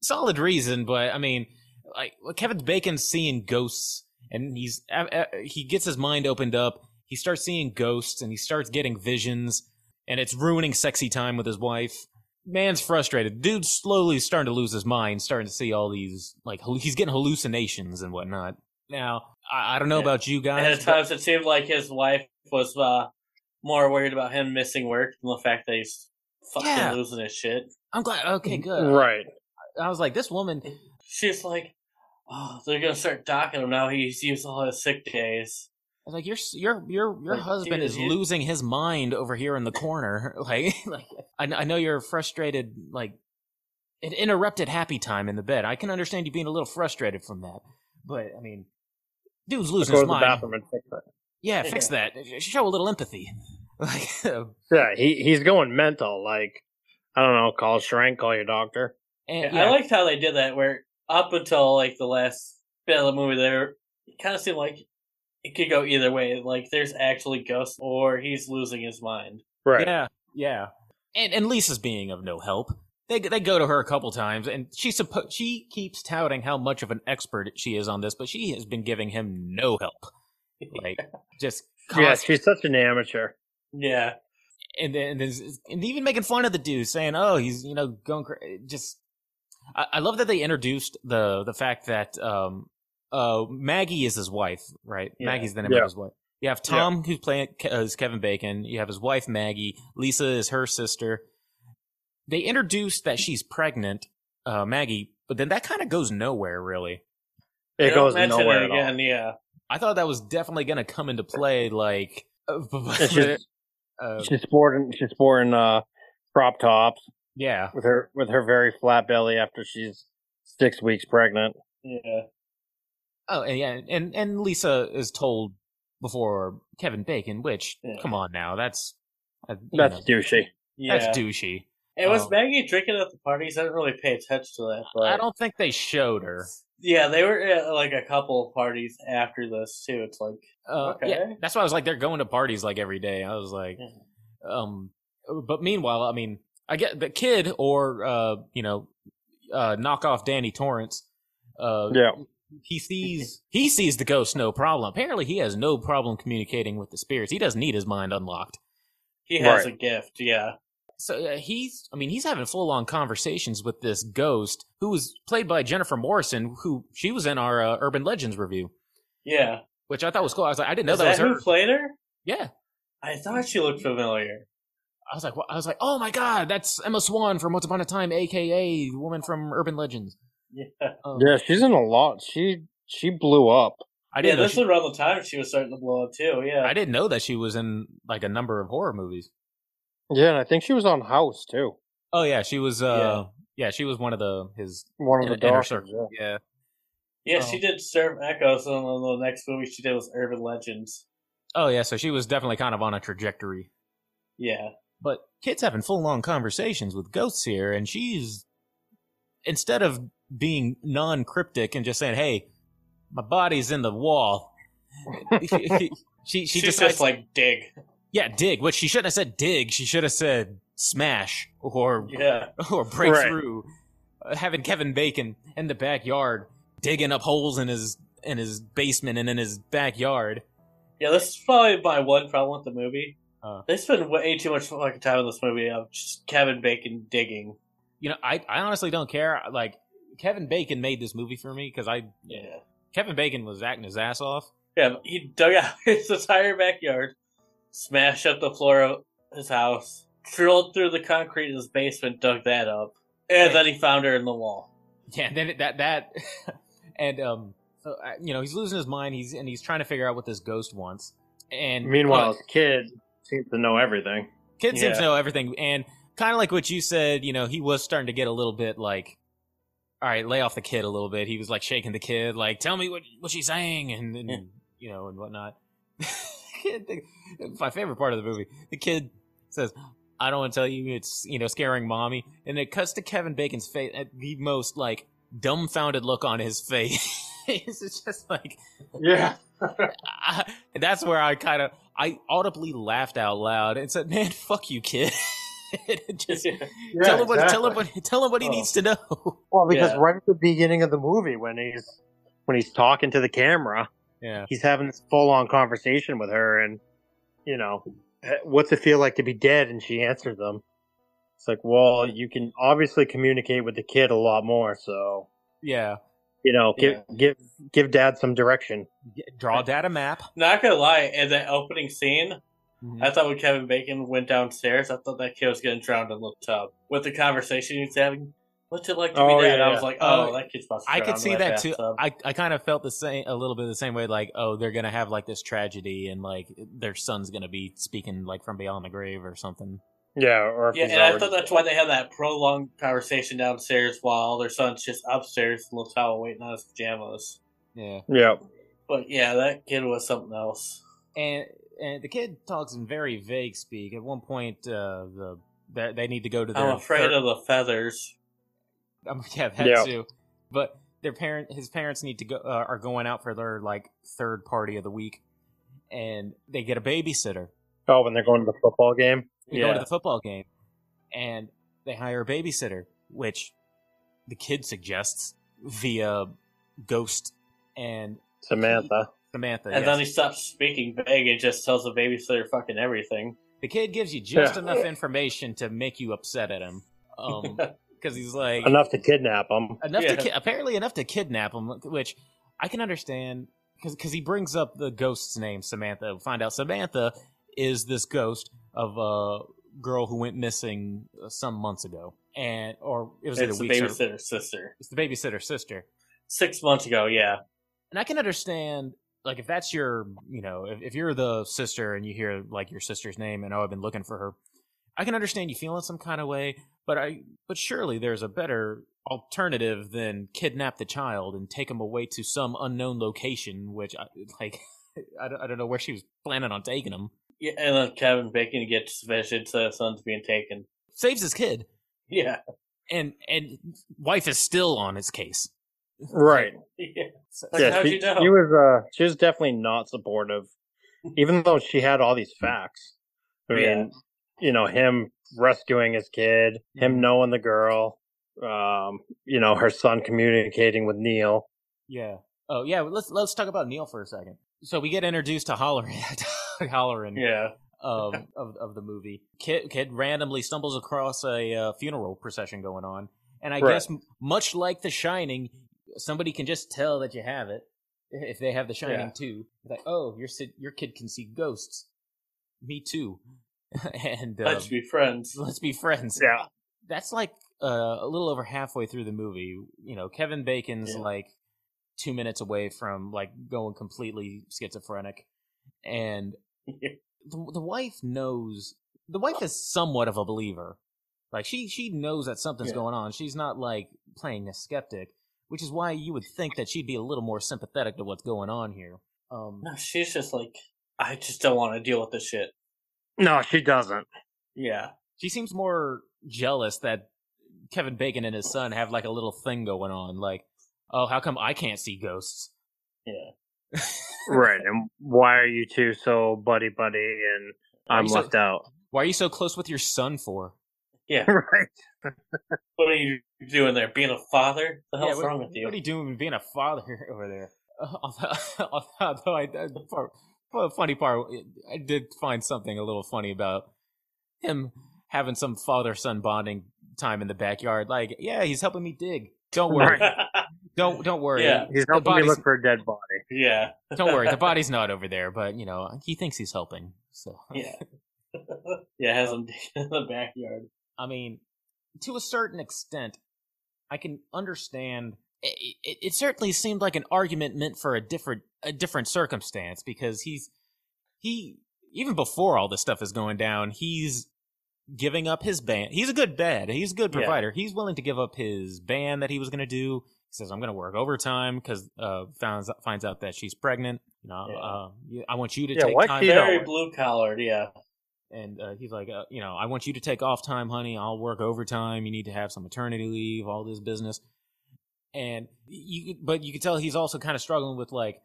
solid reason, but I mean, like well, Kevin Bacon's seeing ghosts, and he's uh, uh, he gets his mind opened up. He starts seeing ghosts, and he starts getting visions, and it's ruining sexy time with his wife. man's frustrated. Dude's slowly starting to lose his mind, starting to see all these like hallu- he's getting hallucinations and whatnot. Now, I, I don't know
Yeah.
about you
And at
guys. but-
times it seemed like his wife was uh, more worried about him missing work than the fact that he's fucking
Yeah.
losing his shit.
I'm glad. Okay, good.
Right.
I was like, this woman.
She's like, oh, they're gonna start docking him now. He's used all his sick days.
I was like, your s- your your your
Like,
husband
dude,
is
you-
losing his mind over here in the corner. Like, like I, kn- I know you're frustrated. Like, it interrupted happy time in the bed. I can understand you being a little frustrated from that, but I mean, dude's
Let's
losing
go
his
to the
mind.
bathroom and fix it.
Yeah, fix that. Show a little empathy. Like, and
Yeah, he, he's going mental. Like, I don't know, call Shrink, call your doctor.
Yeah,
yeah.
I liked how they did that. Where up until like the last bit of the movie, there it kind of seemed like it could go either way. Like there's actually ghosts, or he's losing his mind.
Right.
Yeah, yeah. And and Lisa's being of no help. They they go to her a couple times, and she suppo- she keeps touting how much of an expert she is on this, but she has been giving him no help. Like just
yeah,
constant,
she's such an amateur.
Yeah,
and then and, then- and even making fun of the dude, saying, "Oh, he's you know going cra-. just." I, I love that they introduced the the fact that um uh Maggie is his wife, right?
Yeah.
Maggie's the name
Yeah.
of his wife. You have Tom, who's playing Ke- uh, is Kevin Bacon. You have his wife Maggie. Lisa is her sister. They introduced that she's pregnant, uh, Maggie, but then that kind of goes nowhere, really.
It
They don't
goes
mention
nowhere
it
at all.
again. Yeah,
I thought that was definitely going to come into play, like. uh,
It's just-
uh,
She's sporting she's sporting uh crop tops
yeah,
with her with her very flat belly after she's six weeks pregnant.
yeah.
Oh and yeah, and and Lisa is told before Kevin Bacon, which
Yeah.
come on now, that's uh, you
That's
know,
douchey.
Yeah,
that's douchey.
and was
oh.
Maggie drinking at the parties? I didn't really pay attention to that. But
I don't think they showed her.
Yeah, they were at like a couple of parties after this too. It's like
Uh,
Okay.
yeah, that's why I was like, they're going to parties like every day. I was like,
Yeah.
um, but meanwhile, I mean, I get the kid or uh, you know, uh, knockoff Danny Torrance. Uh,
Yeah.
he sees he sees the ghost, no problem. Apparently, he has no problem communicating with the spirits. He doesn't need his mind unlocked.
he has
Right.
a gift. Yeah,
So uh, he's, I mean, he's having full on conversations with this ghost who was played by Jennifer Morrison, who she was in our uh, Urban Legends review,
yeah.
which I thought was cool. I was like, I didn't know
Is
that, was
that
her.
who played her?
yeah.
I thought she looked familiar.
I was like, wha- I was like, oh my God, that's Emma Swan from Once Upon a Time, AKA the woman from Urban Legends.
Yeah,
Um,
Yeah, she's in a lot. She she blew up.
I
yeah.
didn't, know
This
she,
was around the time she was starting to blow up too. Yeah,
I didn't know that she was in like a number of horror movies.
Yeah, and I think she was on House too.
Oh yeah. She was, uh, yeah, she was one of the, his
One of
inner,
the
inner
daughters.
circle. Yeah.
yeah.
Oh.
She did serve Echoes, and then the next movie she did was Urban Legends.
Oh yeah. So she was definitely kind of on a trajectory.
Yeah,
but kids having full on conversations with ghosts here and she's instead of being non cryptic and just saying hey my body's in the wall she she,
she's
decides
just like dig.
yeah dig which she shouldn't have said dig she should have said smash or
Yeah,
or break
Right.
through Uh, having Kevin Bacon in the backyard digging up holes in his in his basement and in his backyard
yeah. This is probably my one problem with the movie.
Uh.
They spend way too much fucking time in this movie of just Kevin Bacon digging.
you know I, I honestly don't care like Kevin Bacon made this movie for me because I
Yeah.
Kevin Bacon was acting his ass off.
Yeah, but he dug out his entire backyard, smashed up the floor of his house, drilled through the concrete in his basement, dug that up, and then he found her in the wall.
Yeah, and then it- that that and um, so, uh, you know, he's losing his mind. He's and he's trying to figure out what this ghost wants. And
Meanwhile,
look,
his kid seems to know everything.
kid seems to
yeah.
know everything. And kind of like what you said, you know, he was starting to get a little bit like, all right, lay off the kid a little bit. He was like shaking the kid, like, tell me what what she's saying, and, and
Yeah.
you know, and whatnot. Kid thing- My favorite part of the movie, the kid says. I don't want to tell you it's you know scaring mommy, and it cuts to Kevin Bacon's face at the most like dumbfounded look on his face. it's just like
Yeah.
I, that's where I kind of I audibly laughed out loud and said, "Man, fuck you, kid." Just tell him what tell him what tell him what he
Oh.
needs to know.
Well, because
Yeah.
right at the beginning of the movie, when he's when he's talking to the camera,
Yeah,
he's having this full on conversation with her, and you know, eh, what's it feel like to be dead? And she answers him. It's like, well, you can obviously communicate with the kid a lot more, so
Yeah.
you know, give
Yeah.
give give dad some direction.
Draw dad a map.
Not gonna lie, in that opening scene,
Mm-hmm.
I thought when Kevin Bacon went downstairs, I thought that kid was getting drowned in the tub. With the conversation he was having, what's it like to
Oh,
be dead?
yeah,
I was
yeah.
like, oh,
Oh,
that kid's about to
I
drown
could see
in
that too.
bathtub.
I, I kind of felt the same, a little bit the same way. Like, oh, they're gonna have like this tragedy, and like their son's gonna be speaking like from beyond the grave or something.
Yeah, or if
yeah,
he's
and I
already-
thought that's why they had that prolonged conversation downstairs while their son's just upstairs in the towel waiting on his pajamas.
Yeah,
yeah,
But yeah, that kid was something else.
and and the kid talks in very vague speak. At one point, uh, the they, they need to go to. Their
I'm afraid
third-
of the feathers.
Um, yeah, that
Yeah.
too. But their parent, his parents need to go uh, are going out for their like third party of the week, and they get a babysitter.
oh, when they're going to the football game,
They go to the football game, and they hire a babysitter, which the kid suggests via Ghost and
Samantha.
Samantha.
And
yes.
then he stops speaking vague and just tells the babysitter fucking everything.
the kid gives you just
Yeah.
enough information to make you upset at him, um, because he's like
Enough to kidnap him.
enough
Yeah.
to ki- apparently enough to kidnap him, which I can understand because he brings up the ghost's name, Samantha. We find out Samantha is this ghost of a girl who went missing uh, some months ago, and or it was either
It's the
weeks or,
babysitter's sister.
it's the babysitter sister.
Six months ago, yeah.
And I can understand like if that's your you know if, if you're the sister and you hear like your sister's name and oh I've been looking for her, I can understand you feeling some kind of way. But I but surely there's a better alternative than kidnap the child and take him away to some unknown location, which I, like I don't, I don't know where she was planning on taking him.
Yeah, and then Kevin Bacon gets visions that his son's being taken.
Saves his kid
Yeah,
and and wife is still on his case.
Right.
yeah.
So-
Like, how'd
she,
you know?
she was uh, she was definitely not supportive, even though she had all these facts. I mean,
Yeah.
you know, him rescuing his kid, him knowing the girl, um, you know, her son communicating with Neil.
Yeah. Oh yeah. well, Let's let's talk about Neil for a second. So we get introduced to Hollerin, Hollerin
Yeah,
um, of of the movie. Kid kid randomly stumbles across a uh, funeral procession going on, and I
Right.
guess m- much like The Shining, somebody can just tell that you have it if they have The Shining
Yeah.
too. Like, oh, your si- your kid can see ghosts. Me too. and um,
let's be friends.
let's be friends
Yeah,
that's like uh, a little over halfway through the movie. You know, Kevin Bacon's
Yeah.
like two minutes away from like going completely schizophrenic, and
Yeah.
the, the wife knows. The wife is somewhat of a believer. Like she she knows that something's
Yeah.
going on. She's not like playing a skeptic, which is why you would think that she'd be a little more sympathetic to what's going on here. Um,
No, she's just like, I just don't want to deal with this shit.
no, she doesn't.
Yeah,
she seems more jealous that Kevin Bacon and his son have like a little thing going on. Like, oh, how come I can't see ghosts?
yeah.
Right, and why are you two so buddy buddy and I'm
you so-
left out?
Why are you so close with your son for?
right.
What are you doing there? Being a father? The hell's
what,
wrong with you?
what are you doing being a father over there? Although, although I, the part, well, funny part, I did find something a little funny about him having some father son bonding time in the backyard. Like, yeah, he's helping me dig. Don't worry. Don't don't worry.
Yeah.
He's
The
helping me
body's-
look for a dead body.
yeah,
Don't worry. The body's not over there, but you know he thinks he's helping. So
yeah, yeah. Has him in the backyard.
I mean, to a certain extent, I can understand. It, it, it certainly seemed like an argument meant for a different a different circumstance because he's he even before all this stuff is going down, he's giving up his band. He's a good bed. He's a good
Yeah.
provider. He's willing to give up his band that he was going to do. He says, "I'm going to work overtime because uh, finds finds out that she's pregnant. You know,
Yeah.
uh, you- I want you to
Yeah,
take
why
time.
she You know
Very
it.
blue collared. Yeah,
and uh, he's like, uh, you know, I want you to take off time, honey. I'll work overtime. You need to have some maternity leave, all this business. And you, but you can tell he's also kind of struggling with like,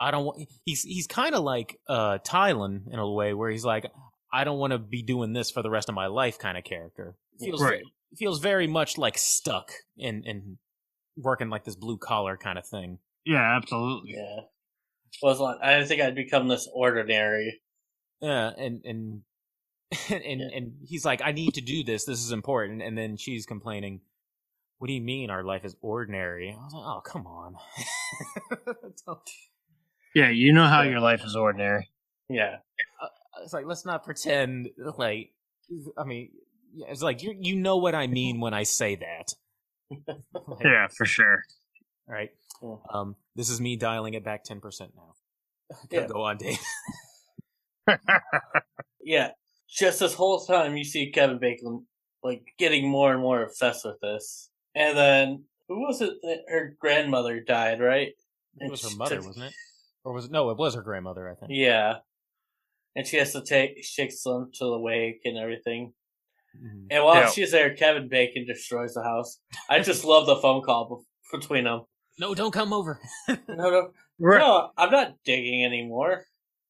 I don't want. He's he's kind of like uh Tylen in a way where he's like, I don't want to be doing this for the rest of my life, kind of character. Feels
Right.
feels very much like stuck in in working like this blue collar kind of thing.
Yeah, absolutely.
yeah. Was like, I didn't think I'd become this ordinary.
Yeah, and and and and, and he's like, I need to do this. This is important. And then she's complaining, What do you mean our life is ordinary? I was like, Oh, come on. uh,
Yeah, you know how your life is ordinary.
Yeah.
it's like let's not pretend uh, like I mean yeah, it's like you you know what I mean when I say that. Like,
for sure.
All right.
Yeah.
Um, this is me dialing it back ten percent now.
Yeah.
Go on, Dave.
Yeah. Just this whole time you see Kevin Bacon like getting more and more obsessed with this. And then who was it that her grandmother died, right?
It was her mother, wasn't it? Or was it no, it was her grandmother, I think.
Yeah. And she has to take she takes them to the wake and everything.
Mhm.
And while
Yeah.
she's there, Kevin Bacon destroys the house. I just love the phone call bef- between them.
No, don't come over.
No, no,
Right.
no, I'm not digging anymore.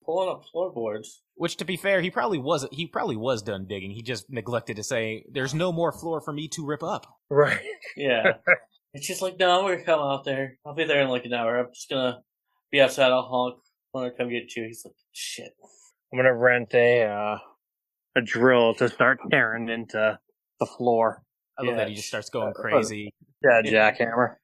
Pulling up floorboards.
Which to be fair, he probably wasn't he probably was done digging. He just neglected to say, There's no more floor for me to rip up.
Right.
Yeah. and she's like, no, I'm going to come out there. I'll be there in like an hour. I'm just going to be outside. I'll honk when I come get you. He's like, shit.
I'm gonna rent a uh, a drill to start tearing into the floor.
I love
Yeah.
that he just starts
Uh,
going
uh,
crazy.
Yeah, jackhammer.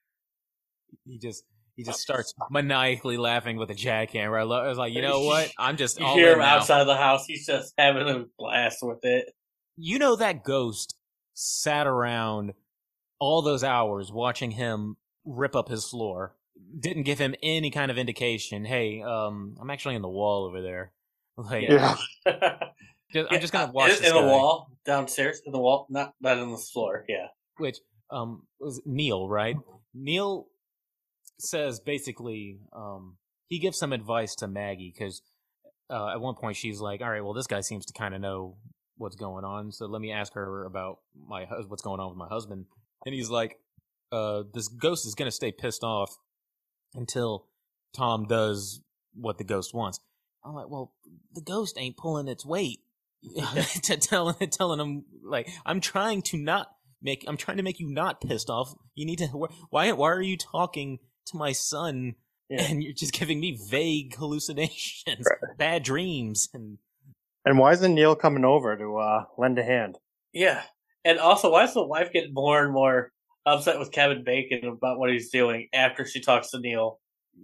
He just he just starts maniacally laughing with a jackhammer. I, love, I was like, you know what? I'm just
You
all
hear
in
him
now.
outside the house. He's just having a blast with it.
you know that ghost sat around all those hours watching him rip up his floor didn't give him any kind of indication hey um i'm actually in the wall over there like
Yeah.
just- i'm just gonna watch
uh, in,
this
in the
guy,
wall downstairs. In the wall, not not on the floor. Yeah,
which um was neil right neil says basically um he gives some advice to maggie because uh, at one point she's like all right well this guy seems to kind of know what's going on. So let me ask her about my hus- what's going on with my husband. And he's like, uh, this ghost is gonna stay pissed off until Tom does what the ghost wants. I'm like, well, the ghost ain't pulling its weight to telling telling him like I'm trying to not make I'm trying to make you not pissed off. You need to why why are you talking to my son?
Yeah.
And you're just giving me vague hallucinations, bad dreams, and
And why isn't Neil coming over to uh, lend a hand?
yeah. And also, why does the wife get more and more upset with Kevin Bacon about what he's doing after she talks to Neil?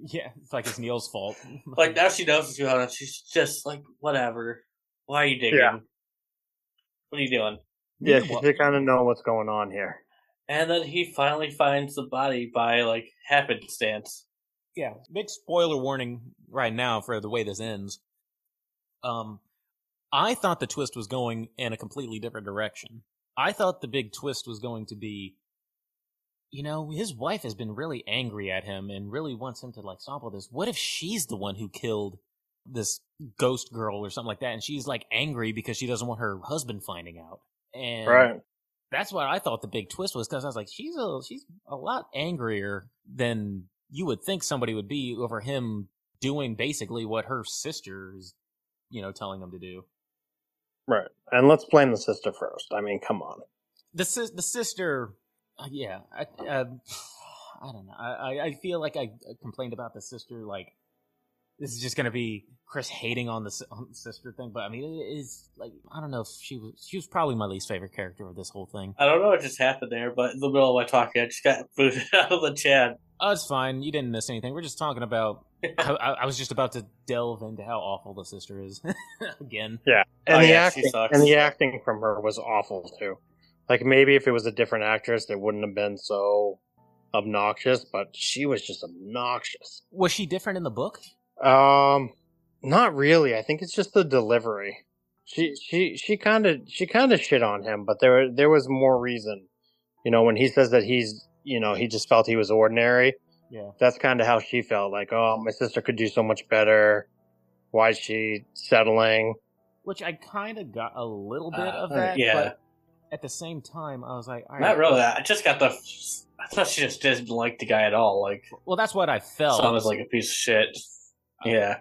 Yeah, it's like it's Neil's fault.
Like now she knows what's going on. She's just like, whatever. Why are you digging?
Yeah.
What are you doing?
Yeah,
Meanwhile-
you kind of know what's going on here.
And then he finally finds the body by like happenstance.
yeah. Big spoiler warning right now for the way this ends. Um, I thought the twist was going in a completely different direction. I thought the big twist was going to be, you know, his wife has been really angry at him and really wants him to like stop all this. What if she's the one who killed this ghost girl or something like that, and she's like angry because she doesn't want her husband finding out? And
Right.
that's what I thought the big twist was because I was like, she's a she's a lot angrier than you would think somebody would be over him doing basically what her sister is, you know, telling him to do.
Right. And let's blame the sister first. I mean, come on.
The sis the sister, uh, yeah, I uh, I don't know. I I- I feel like I complained about the sister. Like this is just gonna be Chris hating on the, si- on the sister thing, but I mean, it is like I don't know if she was she was probably my least favorite character of this whole thing.
I don't know what just happened there, but in the middle of my talking, I just got booted out of the chat.
Oh, it's fine. You didn't miss anything. We're just talking about. I, I I was just about to delve into how awful the sister is again.
And
Oh,
the
yeah, she
acting
sucks.
and the acting from her was awful too. Like maybe if it was a different actress, it wouldn't have been so obnoxious. But she was just obnoxious.
Was she different in the book?
Um, not really. I think it's just the delivery. She she she kind of she kind of shit on him, but there there was more reason. You know, when he says that he's you know he just felt he was ordinary.
Yeah.
that's kind of how she felt. Like, oh, my sister could do so much better. Why is she settling?
Which I kind of got a little bit
Uh,
of that.
yeah.
But at the same time, I was like, all right,
Not really. I just got the. I thought she just didn't like the guy at all. Like,
Well, that's Oh, what I
oh,
felt.
sounds like a piece of shit. Yeah.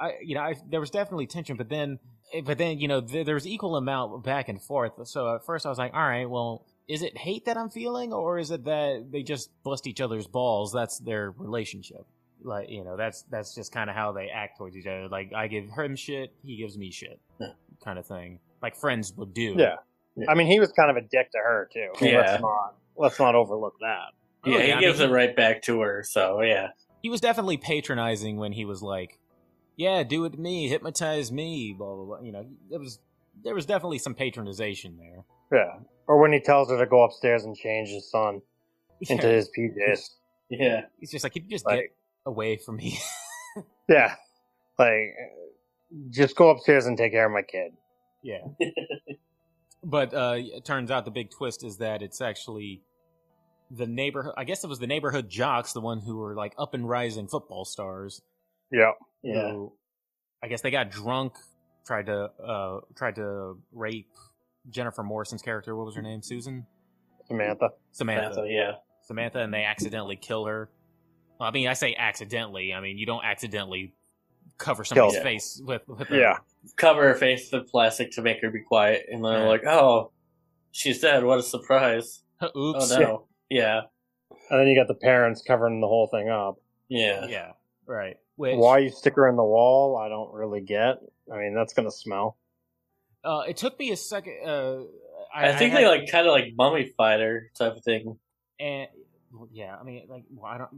I, you know, I, there was definitely tension, but then, eh, but then, you know, th- there was equal amount back and forth. So at first, I was like, all right, well, is it hate that I'm feeling, or is it that they just bust each other's balls? That's their relationship. Like, you know, that's that's just kind of how they act towards each other. Like, I give him shit, he gives me shit,
Yeah.
kind of thing. like friends would do.
Yeah. I mean, he was kind of a dick to her too. I mean,
Yeah.
Let's not let's not overlook that.
Oh,
Yeah,
yeah, I
he gives
mean-
it right back to her. So yeah,
He was definitely patronizing when he was like, "Yeah, do it to me, hypnotize me, blah blah blah." You know, it was there was definitely some patronization there.
Yeah. Or when he tells her to go upstairs and change his son into his PJs.
yeah,
He's just like, "Could you just
Like-
get away from me?"
Yeah. Like, just go upstairs and take care of my kid.
Yeah. but uh, it turns out the big twist is that it's actually the neighborhood. I guess it was the neighborhood jocks, the one who were like up and rising football stars.
Yeah.
yeah.
Who, I guess they got drunk, tried to uh, tried to rape Jennifer Morrison's character. What was her name? Susan
Samantha.
Samantha.
So, yeah,
Samantha, and they accidentally kill her. Well, I mean, I say accidentally. I mean, you don't accidentally cover somebody's
Kill.
face with with a,
Yeah.
cover her face with plastic to make her be quiet, and then
Yeah.
like, oh, she's dead. What a surprise! Oh
Oops.
no, yeah,
And then you got the parents covering the whole thing up.
yeah, yeah.
Yeah. Right. Which,
Why you stick her in the wall, I don't really get. I mean, that's going to smell.
Uh, it took me a second. Uh,
I, think
had-
they like kind of like mummified her type of thing.
And, well, yeah, I mean, like, well, I don't.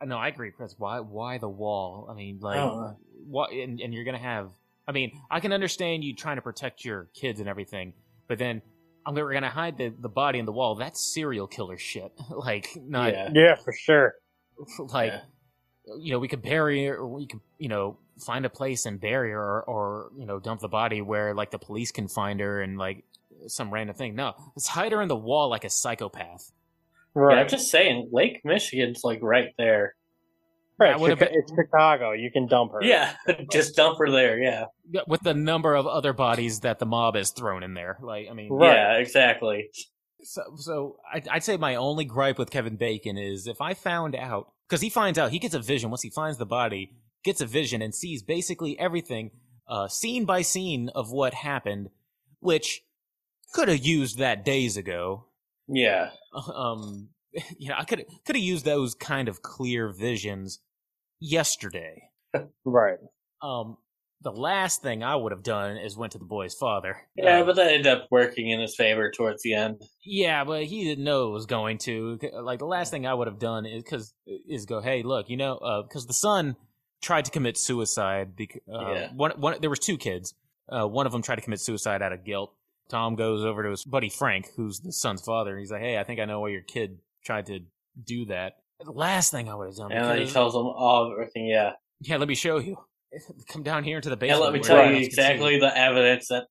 I No, I agree, Chris. Why? Why the wall? I mean, like,
Oh.
what? And, and you're gonna have. I mean, I can understand you trying to protect your kids and everything, but then I'm we're gonna hide the, the body in the wall. That's serial killer shit. like, not
yeah,
Yeah, for sure.
like
Yeah.
you know we could bury her or we could you know find a place and bury her or, or you know dump the body where like the police can find her and like some random thing no let's hide her in the wall like a psychopath
Yeah, I'm
Right.
just saying, Lake Michigan's like right there.
right.
That would've
Chica-
been-
It's Chicago. You can dump her.
Yeah, just dump her there. Yeah,
Yeah, with the number of other bodies that the mob has thrown in there like i mean
Right.
yeah, exactly.
so so I'd, I'd say my only gripe with kevin bacon is if i found out because he finds out he gets a vision once he finds the body gets a vision and sees basically everything uh scene by scene of what happened which could have used that days ago
Yeah,
um you know i could could have used those kind of clear visions yesterday
Right.
um the last thing i would have done is went to the boy's father
yeah,
Uh,
but that ended up working in his favor towards the end.
Yeah, but he didn't know it was going to. Like the last thing I would have done is cause, is go, hey, look, you know, because the son tried to commit suicide. Because uh,
Yeah.
one, one, there was two kids. Uh, one of them tried to commit suicide out of guilt. Tom goes over to his buddy Frank, who's the son's father, and he's like, hey, I think I know why your kid tried to do that. The last thing I would have done.
And then he
because-
tells them all everything. Yeah,
yeah, let me show you. Come down here into the
and
basement.
let me
where
tell
everyone
you
else can see
exactly the evidence that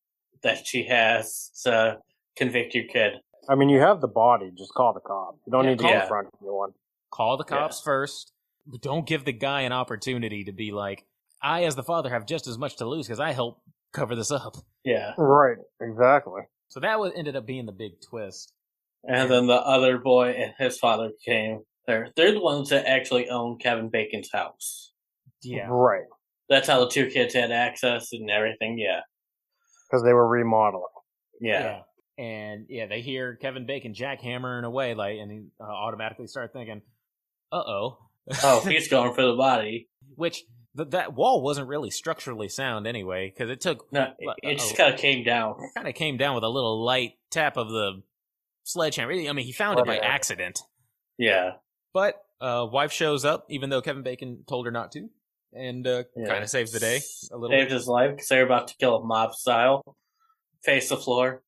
that she has to convict your kid.
I mean, you have the body. Just call the cops. You don't
Yeah,
need to
call-
confront anyone.
call the
Yeah.
cops first but don't give the guy an opportunity to be like i as the father have just as much to lose because i help cover this up
Yeah,
Right. Exactly.
so that was ended up being the big twist
and then the other boy and his father came. They're they're the ones that actually own Kevin Bacon's house.
yeah
Right.
That's how the two kids had access and everything. Yeah,
Because they were remodeling.
yeah,
and yeah they hear kevin bacon jackhammering away like and he uh, automatically start thinking uh-oh
Oh, he's going for the body.
which th- that wall wasn't really structurally sound anyway because it took
No, it, it just kind of came down.
kind of came down with a little light tap of the sledgehammer i mean he found it by
Right.
accident
Yeah,
But uh, wife shows up, even though Kevin Bacon told her not to, and uh,
Yeah.
kind of saves the day a little.
saved
bit.
his life because they're about to kill a mob style. Face the floor,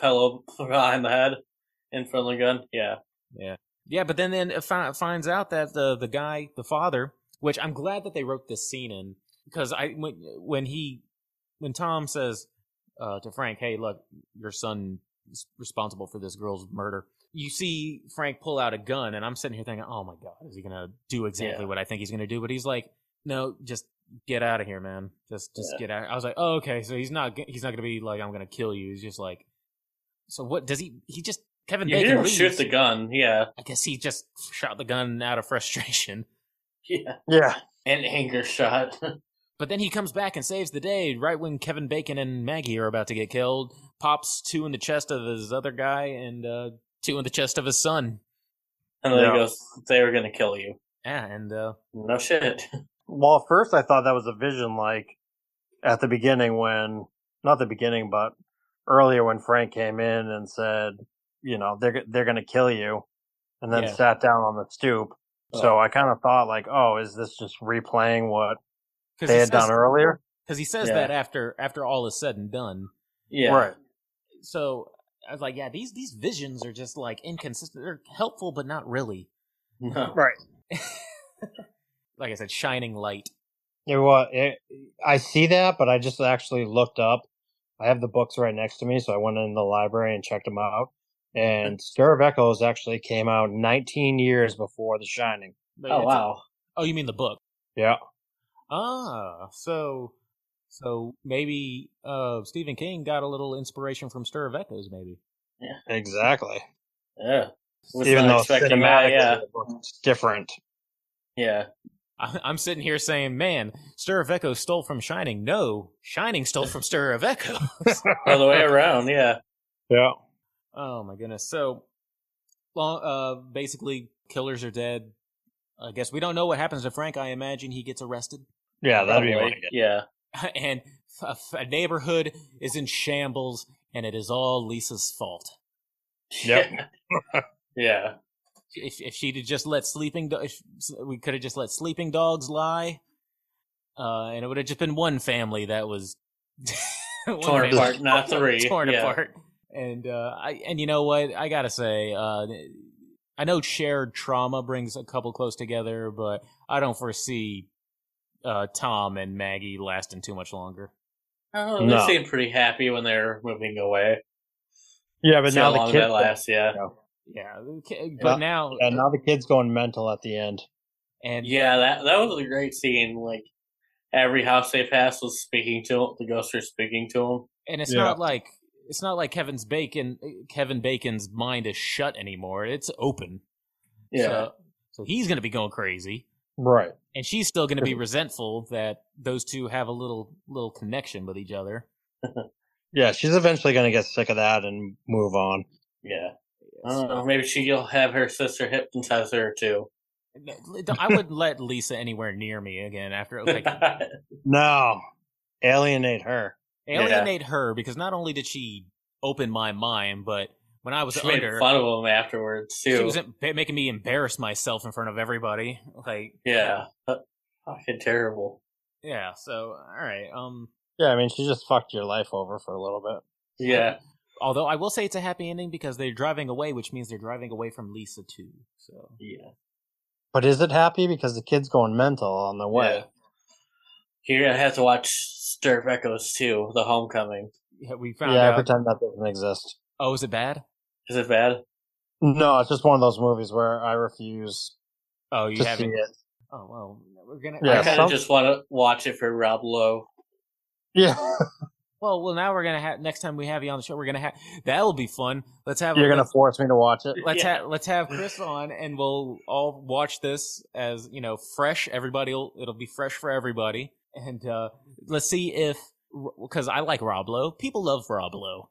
pillow behind the head, in front of the gun. Yeah,
Yeah, but then then it fi- finds out that the the guy, the father, which I'm glad that they wrote this scene in because I when when he when Tom says uh, to Frank, "Hey, look, your son is responsible for this girl's murder." You see Frank pull out a gun, and I'm sitting here thinking, "Oh my god, is he gonna do exactly
Yeah.
what I think he's gonna do?" But he's like, "No, just get out of here, man. Just just
Yeah.
get out." I was like, "Oh, okay." So he's not g- he's not gonna be like, "I'm gonna kill you." He's just like, "So what does he?" He just Kevin
you
Bacon
hear him
leaves.
shoot the gun. Yeah,
I guess he just shot the gun out of frustration.
yeah,
Yeah.
an anger shot.
But then he comes back and saves the day right when Kevin Bacon and Maggie are about to get killed. Pops two in the chest of his other guy and uh, two in the chest of his son.
And then
Yeah.
he goes, "They were gonna kill you."
Yeah, and uh,
No shit.
Well, at first I thought that was a vision, like at the beginning when not the beginning, but earlier when Frank came in and said, you know, they're they're gonna kill you, and then
Yeah.
sat down on the stoop. So I kind of thought like, oh, is this just replaying what
because
they
he
had
says,
done earlier?
'cause he says
Yeah.
that after after all is said and done.
Yeah.
Right.
So I was like, yeah, these these visions are just like inconsistent. They're helpful, but not really.
No.
Right.
Like I said, shining light.
It was. It, I see that, but I just actually looked up. I have the books right next to me, so I went in the library and checked them out. And Stir of Echoes actually came out 19 years before The Shining.
But
Oh
it's-
wow.
Oh, you mean the book?
Yeah.
Ah, so so maybe uh Stephen King got a little inspiration from Stir of Echoes, maybe.
Exactly.
Yeah. Was
Even
not
though
expecting that,
cinematically
yeah.
the book's different.
Yeah.
I- I'm sitting here saying, man, Stir of Echoes stole from Shining. No, Shining stole from Stir of Echoes.
All the way around, yeah.
Yeah.
oh my goodness. So, long, uh, basically, killers are dead. I guess we don't know what happens to Frank. I imagine he gets arrested,
Yeah, that'd be what
Probably,
I get.
Yeah.
and a, a neighborhood is in shambles, and it is all Lisa's fault.
Yep.
yeah.
if if she'd have just let sleeping do- if we could have just let sleeping dogs lie uh and it would have just been one family that was one
Torn
family
apart, not three.
torn
yeah.
apart and uh i and you know what i gotta say uh i know shared trauma brings a couple close together but i don't foresee uh tom and maggie lasting too much longer
Oh, they
No.
seem pretty happy when they're moving away.
Yeah, but
See
now
how
the
long
kid.
that lasts, yeah.
yeah okay, but
Yeah.
now
And now the kid's going mental at the end.
and
Yeah, that that was a great scene. Like every house they passed was speaking to 'em- the ghosts were speaking to him.
and it's
Yeah.
not like it's not like Kevin's bacon Kevin Bacon's mind is shut anymore. It's open.
Yeah,
So, so he's going to be going crazy
Right.
and she's still going to be resentful that those two have a little little connection with each other.
Yeah, she's eventually going to get sick of that and move on.
yeah. I don't know. Maybe she'll have her sister hypnotize her too.
I wouldn't let Lisa anywhere near me again after like
No, alienate her.
alienate her because not only did she open my mind but when I was
she made
under
fun of him afterwards
she
too.
was em- making me embarrass myself in front of everybody like
yeah, fucking terrible.
yeah so all right um
Yeah, I mean, she just fucked your life over for a little bit.
Yeah,
Although I will say it's a happy ending because they're driving away, which means they're driving away from Lisa too. So
yeah.
But is it happy because the kid's going mental on the way?
Yeah. Here I have to watch Stir of Echoes too, The Homecoming.
yeah, we
Yeah,
found
I
out.
pretend that doesn't exist.
oh, is it bad?
Is it bad?
No, it's just one of those movies where I refuse
Oh, you
to see
haven't.
it.
Oh well, we're gonna.
Yeah,
I kind
some-
of just want to watch it for Rob Lowe.
Yeah,
Well, well, now we're gonna have. Next time we have you on the show, we're gonna have. That will be fun. Let's have.
you're gonna
let's,
force me to watch it.
Let's
Yeah.
have let's have Chris on, and we'll all watch this as you know, fresh. Everybody'll it'll be fresh for everybody, and uh let's see if because I like Rob Lowe. People love Rob Lowe.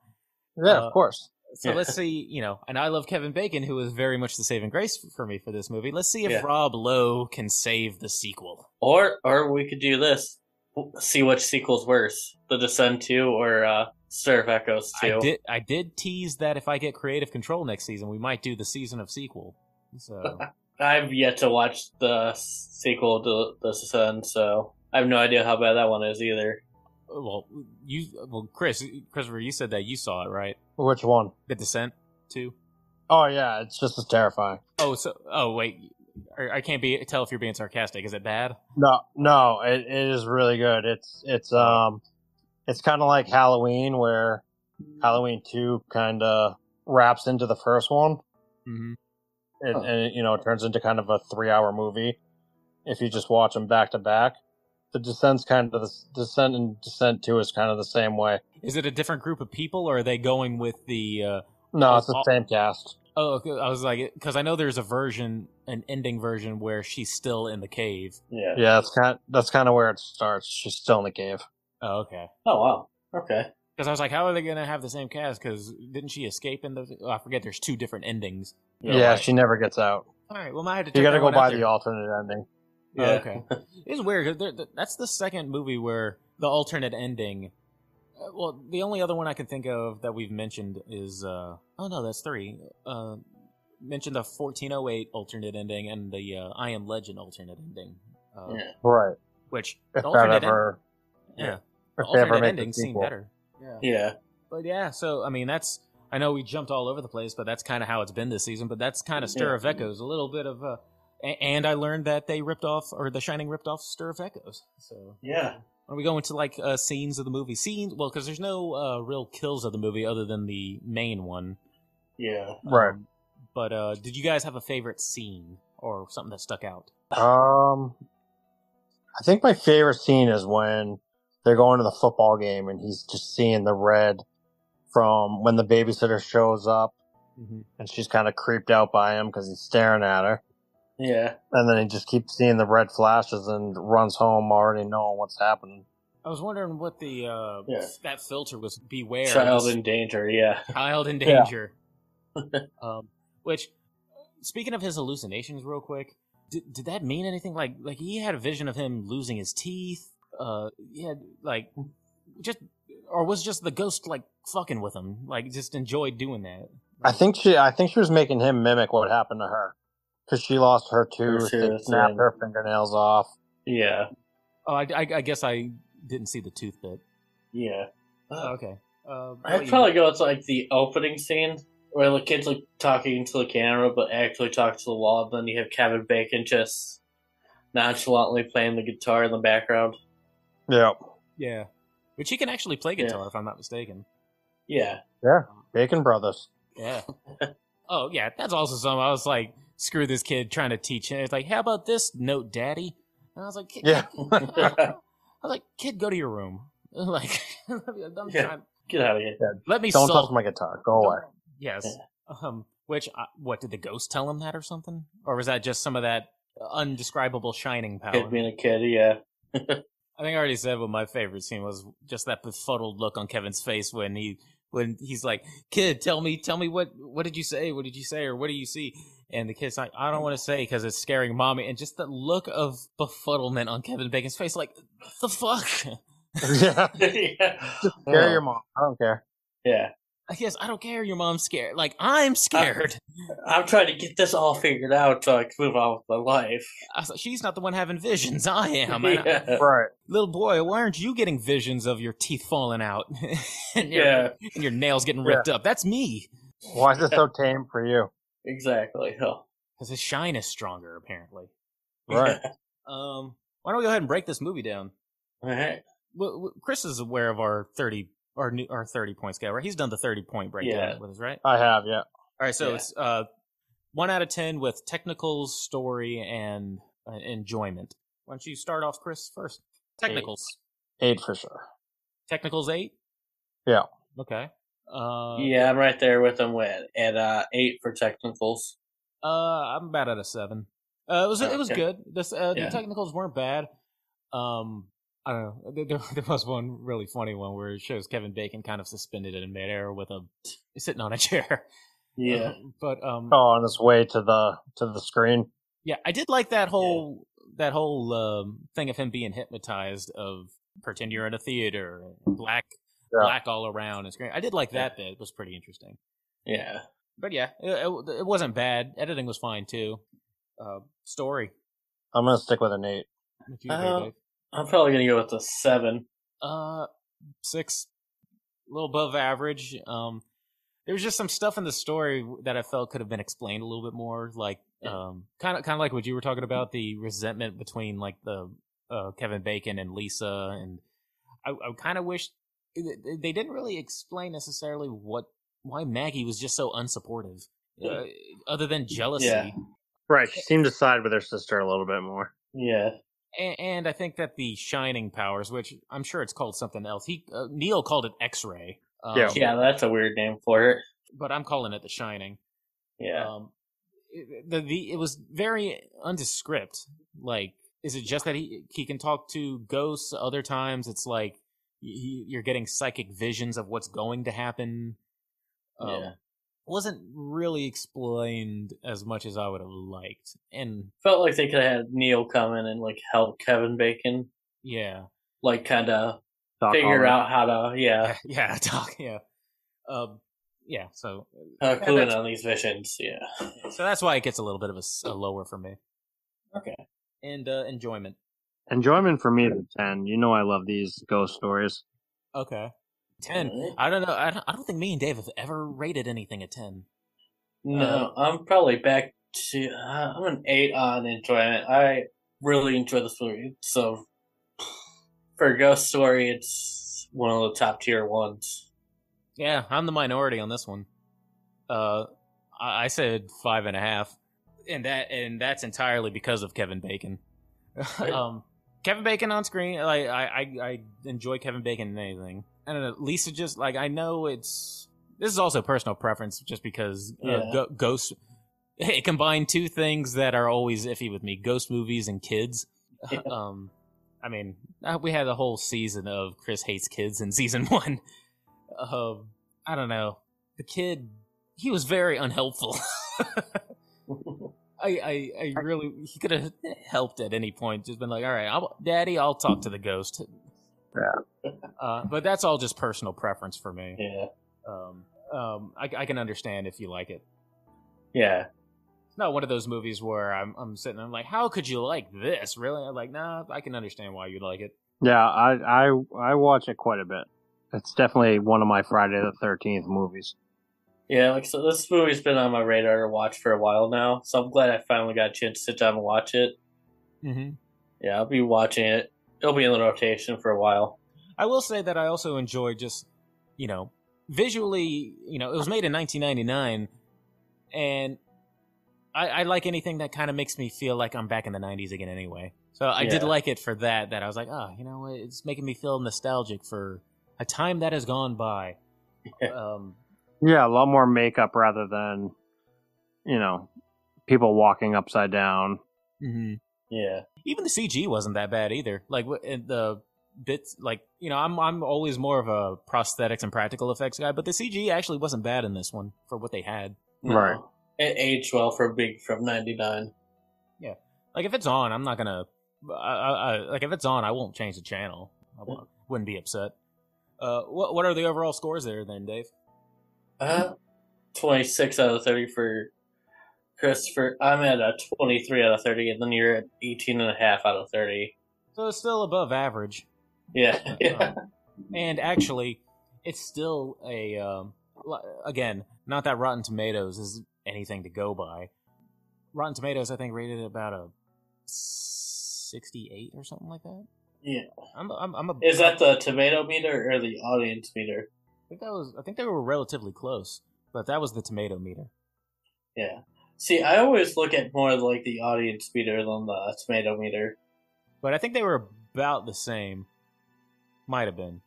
Yeah,
Uh,
of course.
So
Yeah.
let's see, you know, and I love Kevin Bacon, who was very much the saving grace for me for this movie. Let's see if
Yeah.
Rob Lowe can save the sequel.
Or or we could do this. See which sequel's worse, The Descent Two or uh, Stir of Echoes Two.
I did, I did tease that if I get creative control next season, we might do the season of sequel. So
I've yet to watch the sequel to The Descent, so I have no idea how bad that one is either.
well, you, well, Chris, Christopher, you said that you saw it, right?
Which one?
The Descent too.
Oh yeah, it's just as terrifying.
Oh, so oh wait, I, I can't be tell if you're being sarcastic. Is it bad?
No, no, it, it is really good. It's it's um, it's kind of like Halloween, where Halloween two kind of wraps into the first one,
Mm-hmm.
and,
Huh.
and you know it turns into kind of a three hour movie if you just watch them back to back. The descent's kind of the descent and descent two is kind of the same way.
Is it a different group of people, or are they going with the? Uh,
No,
Oh,
it's the
oh.
same cast.
Oh, okay. I was like, because I know there's a version, an ending version where she's still in the cave.
Yeah.
Yeah, that's kind that's kind of where it starts. She's still in the cave.
Oh, okay.
Oh wow. Okay.
Because I was like, how are they gonna have the same cast? Because didn't she escape in the? Oh, I forget. There's two different endings.
Yeah,
right.
she never gets out.
All right. Well, I had to. check
You got to
that
go
one out
by
there.
the alternate ending.
Oh,
Yeah.
okay. It's weird. 'cause there- That's the second movie where the alternate ending. uh, well, the only other one I can think of that we've mentioned is uh oh no, that's three. Uh, mentioned the 1408 alternate ending and the uh, I Am Legend alternate ending. Uh,
Yeah.
Right.
Which the
If that
alternate, end-
ever,
yeah, the
if they ever
alternate
make a
endings seem
sequel.
better. Yeah.
Yeah.
But yeah, so I mean, that's I know we jumped all over the place, but that's kind of how it's been this season. But that's kind of Stir of Echoes, a little bit of. Uh, a- and I learned that they ripped off, or The Shining ripped off Stir of Echoes. So
Yeah.
are we going to like uh, scenes of the movie? Scenes, well, because there's no uh, real kills of the movie other than the main one.
Yeah.
Right.
Um, but uh, did you guys have a favorite scene or something that stuck out?
Um, I think my favorite scene is when they're going to the football game and he's just seeing the red from when the babysitter shows up
Mhm.
and she's kind of creeped out by him because he's staring at her.
Yeah.
And then he just keeps seeing the red flashes and runs home already knowing what's happening.
I was wondering what the uh,
Yeah.
f- that filter was. Beware,
Child in danger. Yeah.
child in
Yeah.
danger. um, which, speaking of his hallucinations, real quick, did, did that mean anything? Like, like he had a vision of him losing his teeth. Uh, yeah, like just or was just the ghost like fucking with him? Like, just enjoyed doing that.
I think she, I think she was making him mimic what happened to her because she lost her
Her
tooth, and
tooth,
snapped
yeah.
her fingernails off.
Yeah.
Oh, I, I, I guess I didn't see the tooth bit.
Yeah.
Oh, okay. Uh,
I'd probably go with like the opening scene where the kid's like talking to the camera but actually talking to the wall. Then you have Kevin Bacon just nonchalantly playing the guitar in the background.
Yeah,
yeah, which he can actually play
Yeah.
guitar if I'm not mistaken.
Yeah.
Bacon Brothers.
Yeah. oh yeah, that's also something. I was like, screw this kid trying to teach him. It's like, how about this note, daddy? And I was like, kid,
Yeah.
I was like, kid, go to your room. like, I'm
Yeah.
trying-
Get out of here.
let me
Don't
solve.
touch my guitar. Go away.
Yes. Um. Which, uh, what did the ghost tell him that or something, or was that just some of that undescribable shining power?
Kid being a kid. Yeah.
I think I already said what my favorite scene was just that befuddled look on Kevin's face when he when he's like, "Kid, tell me, tell me what what did you say? What did you say? Or what do you see?" And the kid's like, "I don't want to say because it's scaring mommy." And just the look of befuddlement on Kevin Bacon's face, like, "The fuck."
yeah.
yeah. Oh,
Carry your mom. I don't care.
Yeah.
Yes, I don't care. Your mom's scared. Like I'm scared.
I'm trying to get this all figured out so I can move on with my life.
I was like, She's not the one having visions. I am. And I-
yeah.
Right.
little boy, why aren't you getting visions of your teeth falling out and, your,
Yeah.
and your nails getting
Yeah.
ripped up? That's me.
Why is it so tame for you?
Exactly. Oh.
because his shine is stronger apparently.
Right.
Um, why don't we go ahead and break this movie down?
All right.
W- w- Chris is aware of our thirty, our new, our thirty point scale, right? He's done the thirty point breakdown
Yeah.
with us, right?
I have, yeah.
All right, so
Yeah.
it's uh, one out of ten with technicals, story, and uh, enjoyment. Why don't you start off, Chris, first? Technicals,
Eight for sure.
technicals eight.
Yeah.
Okay. Uh,
yeah, I'm right there with him at, at uh, eight for technicals.
Uh, I'm about at a seven. Uh, it was it was
Okay.
good. This uh,
Yeah.
the technicals weren't bad. Um, I don't know. There- There, there was one really funny one where it shows Kevin Bacon kind of suspended in midair with a sitting on a chair.
Yeah.
but um,
Oh, on his way to the to the screen.
yeah, I did like that whole that whole um, thing of him being hypnotized of pretend you're in a theater, black
Yeah.
black all around. It's great. I did like that bit. It was pretty interesting.
Yeah.
But yeah, it, it, it wasn't bad. Editing was fine too. Uh, story.
I'm gonna stick with an eight.
If you agree,
Uh,
Dave.
I'm probably going to go with the seven.
Uh, six, a little above average. Um, there was just some stuff in the story that I felt could have been explained a little bit more, like um, kind of kind of like what you were talking about the resentment between like the uh, Kevin Bacon and Lisa, and I, I kind of wish eh, they didn't really explain necessarily what why Maggie was just so unsupportive, uh, other than jealousy.
Yeah.
Right. She seemed to side with her sister a little bit more.
Yeah.
and, and I think that the shining powers, which I'm sure it's called something else. He uh, Neil called it X-ray. Um,
Yeah.
Yeah, that's a weird name for it.
but I'm calling it the shining.
Yeah.
Um, it, the, the it was very undescript. Like, is it just that he he can talk to ghosts? Other times, it's like y- you're getting psychic visions of what's going to happen. Um,
Yeah.
Wasn't really explained as much as I would have liked, and
Felt like they could have had Neil come in and like help Kevin Bacon,
yeah,
like kind of
Talk
figure
all
out how to yeah
yeah, talk. Yeah, um, yeah. So,
how to
Yeah,
uh, clue in
that's-
on these missions. Yeah,
so that's why it gets a little bit of a, s- a lower for me.
Okay.
And uh, enjoyment.
that. Enjoyment for me is a ten. You know I love these ghost stories.
Okay. Ten. I don't know. I don't, I don't think me and Dave have ever rated anything a ten. Uh-huh.
No, I'm probably back to uh, I'm an eight on enjoyment. I really enjoy this movie. So for a ghost story, it's one of the top tier ones.
Yeah, I'm the minority on this one. Uh, I, I said five and a half, and that and that's entirely because of Kevin Bacon. um, Kevin Bacon on screen, like I, I, I enjoy Kevin Bacon in anything. I don't know. Lisa just like I know it's this is also personal preference, just because
Yeah.
uh, go, ghost. It combined two things that are always iffy with me: ghost movies and kids.
Yeah.
Um, I mean, uh, we had a whole season of Chris hates kids in season one. Um, I don't know. The kid, he was very unhelpful. I, I, I really, he could have helped at any point. Just been like, all right, I'll, daddy, I'll talk to the ghost. Yeah. Uh, but that's all just personal preference for me.
yeah,
Um, um, I, I can understand if you like it.
yeah,
It's not one of those movies where I'm, I'm sitting, I'm like, how could you like this? Really? I'm like, nah, I can understand why you'd like it.
Yeah, I I I watch it quite a bit. It's definitely one of my Friday the Thirteenth movies.
yeah. Like so, this movie's been on my radar to watch for a while now. So I'm glad I finally got a chance to sit down and watch it.
Mm-hmm.
Yeah, I'll be watching it. It'll be in the rotation for a while.
I will say that I also enjoy just, you know, visually, you know, it was made in 1999, and I, I like anything that kind of makes me feel like I'm back in the 90s again anyway. So I did
Yeah.
like it for that, that I was like, oh, you know, what, it's making me feel nostalgic for a time that has gone by.
Yeah.
Um,
Yeah, a lot more makeup rather than, you know, people walking upside down.
mhm.
Yeah,
even the CG wasn't that bad either. Like wh- and the bits, like you know, I'm I'm always more of a prosthetics and practical effects guy, but the CG actually wasn't bad in this one for what they had.
Right.
It aged well for being from '99.
Like if it's on, I'm not gonna. I, I, I, like if it's on, I won't change the channel. I won't- wouldn't be upset. Uh, what what are the overall scores there then, Dave?
Uh, 26 out of 30 for Christopher. I'm at a 23 out of 30, and then you're at 18 and a half out of 30.
So it's still above average.
Yeah.
Oh.
yeah.
Um, and actually, it's still a um, li- again not that Rotten Tomatoes is anything to go by. Rotten Tomatoes, I think, rated it about a sixty-eight or something like that.
Yeah.
I'm, I'm, I'm a.
Is that the tomato meter or the audience meter?
I think that was. I think they were relatively close, but that was the tomato meter.
Yeah. See, I always look at more like the audience meter than the tomato meter.
But I think they were about the same. Might have been.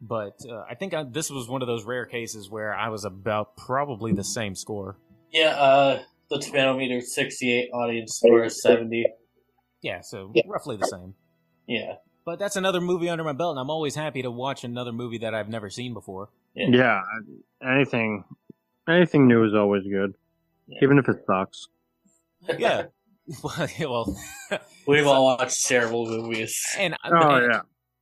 But uh, I think I, this was one of those rare cases where I was about probably the same score.
Yeah, uh, the tomato meter 68, audience score is 70.
Yeah, so roughly the same.
Yeah.
But that's another movie under my belt, and I'm always happy to watch another movie that I've never seen before.
Yeah.
Yeah, I- anything, anything new is always good,
Yeah.
even if it sucks.
Yeah. well,
We've all watched terrible movies.
and
Oh
and,
yeah,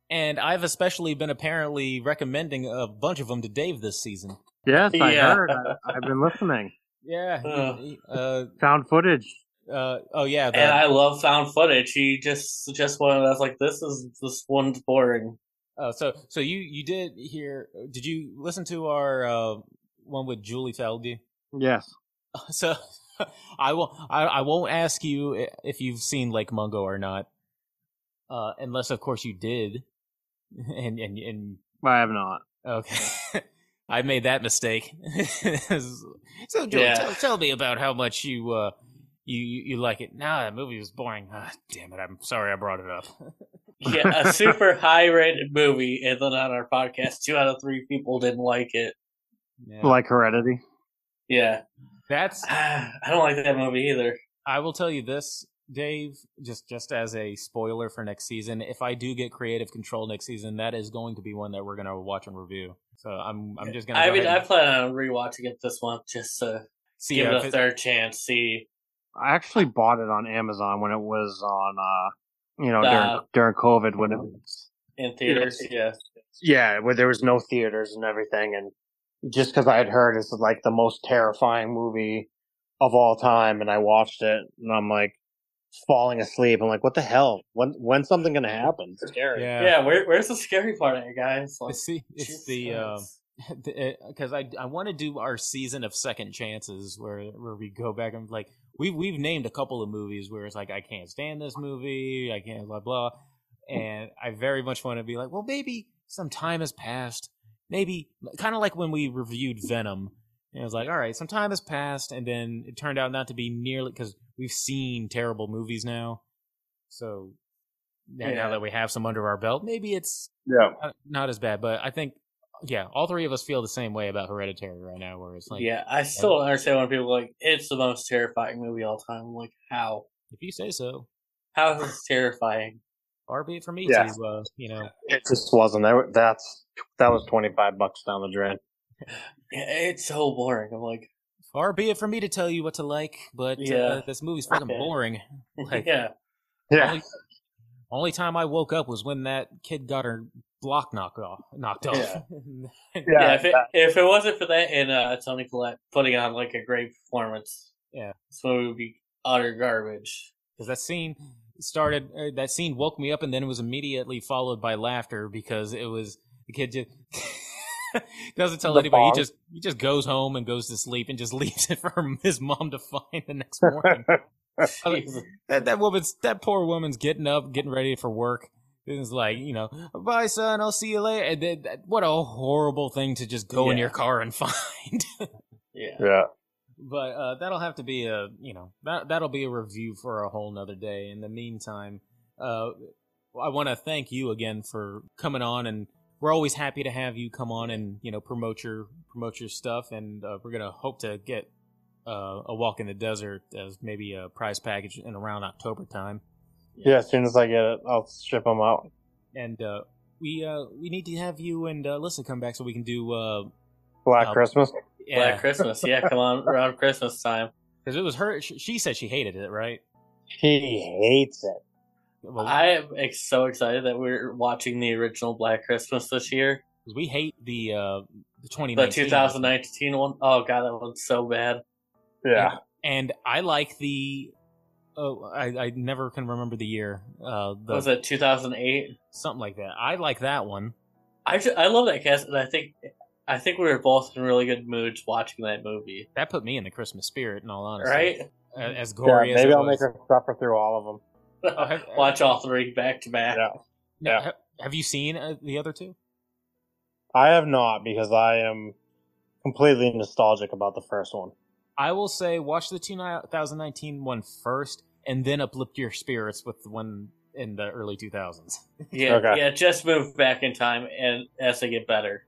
and I've especially been apparently recommending a bunch of them to Dave this season.
yes, I
Yeah.
heard. I, I've been listening.
Yeah.
Ugh.
Uh,
Found footage.
uh, oh yeah. The,
And I love found footage. He just just one of us like this is this one's boring.
oh, so so you you did hear? Did you listen to our uh, one with Julie Feldy?
Yes,
So I won't. I, I won't ask you i- if you've seen Lake Mungo or not, uh, unless of course you did, and and and
I have not.
okay, I made that mistake. so Joel,
Yeah.
tell, tell me about how much you uh you you, you like it. Nah, that movie was boring. Ah, damn it! I'm sorry I brought it up.
Yeah, a super high rated movie, and then on our podcast, two out of three people didn't like it.
Yeah.
Like Heredity.
Yeah,
that's
I don't like that movie either.
I will tell you this, Dave, just just as a spoiler for next season, if I do get creative control next season, that is going to be one that we're going to watch and review. So I'm I'm just going to
I mean, I plan on rewatching it this month just to
see
give
if
it a
it-
third chance. See,
I actually bought it on Amazon when it was on, uh, you know,
Uh,
during during COVID when it was
in theaters, yeah,
yeah, where there was no theaters and everything, and just because I had heard it's like the most terrifying movie of all time, and I watched it, and I'm like falling asleep. I'm like, what the hell? When when's something gonna happen? It's scary.
Yeah, where, where's the scary part at, guys? Like,
It's the it's
Jesus
the um
Christ.
because I I want to do our season of second chances where where we go back and like we we've named a couple of movies where it's like I can't stand this movie I can't blah blah and I very much want to be like well maybe some time has passed maybe kind of like when we reviewed Venom and it was like all right some time has passed and then it turned out not to be nearly because we've seen terrible movies now so now, now
Yeah.
that we have some under our belt maybe it's
Yeah.
not- Uh, not as bad, but I think yeah, all three of us feel the same way about Hereditary right now, where it's like
yeah, I still don't understand when people are like it's the most terrifying movie of all time. I'm like how?
if you say so,
How is this terrifying?
far be it for me
Yeah.
to uh, you know
It just wasn't. That, that's that was twenty five bucks down the drain.
Yeah, It's so boring. I'm like,
far be it for me to tell you what to like, but
Yeah.
uh, this movie's fucking
Okay.
boring. Like
yeah,
Yeah,
only, only time I woke up was when that kid got her block knocked off knocked off.
Yeah.
yeah.
yeah. if, it, if it wasn't for that and uh, Tony Collette putting on like a great performance,
Yeah.
this movie would be utter garbage.
because that scene started uh, that scene woke me up and then it was immediately followed by laughter because it was the kid just doesn't tell
The
anybody
bong.
he just he just goes home and goes to sleep and just leaves it for his mom to find the next morning I was like,
Jesus.
that, that woman's that poor woman's getting up getting ready for work and it's like you know bye son i'll see you later and then, that, what a horrible thing to just go in
Yeah.
your car and find
yeah.
yeah.
but uh, that'll have to be a you know that that'll be a review for a whole nother day. In the meantime, uh, I want to thank you again for coming on, and we're always happy to have you come on and you know promote your promote your stuff, and uh, we're gonna hope to get uh, a walk in the desert as maybe a prize package in around October time,
Yeah, as soon as I get it, I'll ship them out.
and uh, we uh, we need to have you and uh, Alyssa come back so we can do uh,
Black
Oh.
Christmas.
Black
yeah
Christmas. Yeah, come on, around Christmas time.
because it was her she, she said she hated it right.
He hates it.
Well,
I am ex- so excited that we're watching the original Black Christmas this year.
'cause we hate the uh, the twenty
The 2019 one. Oh god, that one's so bad.
Yeah.
and I like the. Oh, I, I never can remember the year. Uh, the,
was it 2008?
something like that? I like that one.
I ju- I love that cast, and I think I think we were both in really good moods watching that movie.
That put me in the Christmas spirit. In all honesty,
Right?
A- As
Yeah,
gory as
maybe
it
I'll
was.
make her suffer through all of them.
have-
Watch all three back to back.
Yeah.
Now,
yeah.
ha- have you seen uh, the other two?
I have not because I am completely nostalgic about the first one.
I will say, watch the 2019 one first, and then uplift your spirits with the one in the early 2000s.
Yeah,
Okay.
yeah. Just move back in time, and as they get better.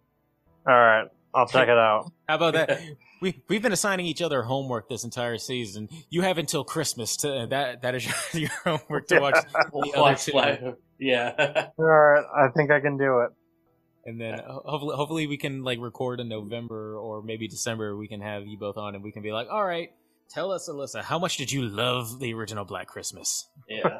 All right, I'll check it out.
How about that? we we've been assigning each other homework this entire season. You have until Christmas to uh, that. That is your, your homework to watch
We'll
other
watch
two.
Black. Yeah.
All right, I think I can do it.
and then ho- hopefully, hopefully we can like record in November or maybe December. We can have you both on, and we can be like, all right, tell us, Alyssa, how much did you love the original Black Christmas?
yeah.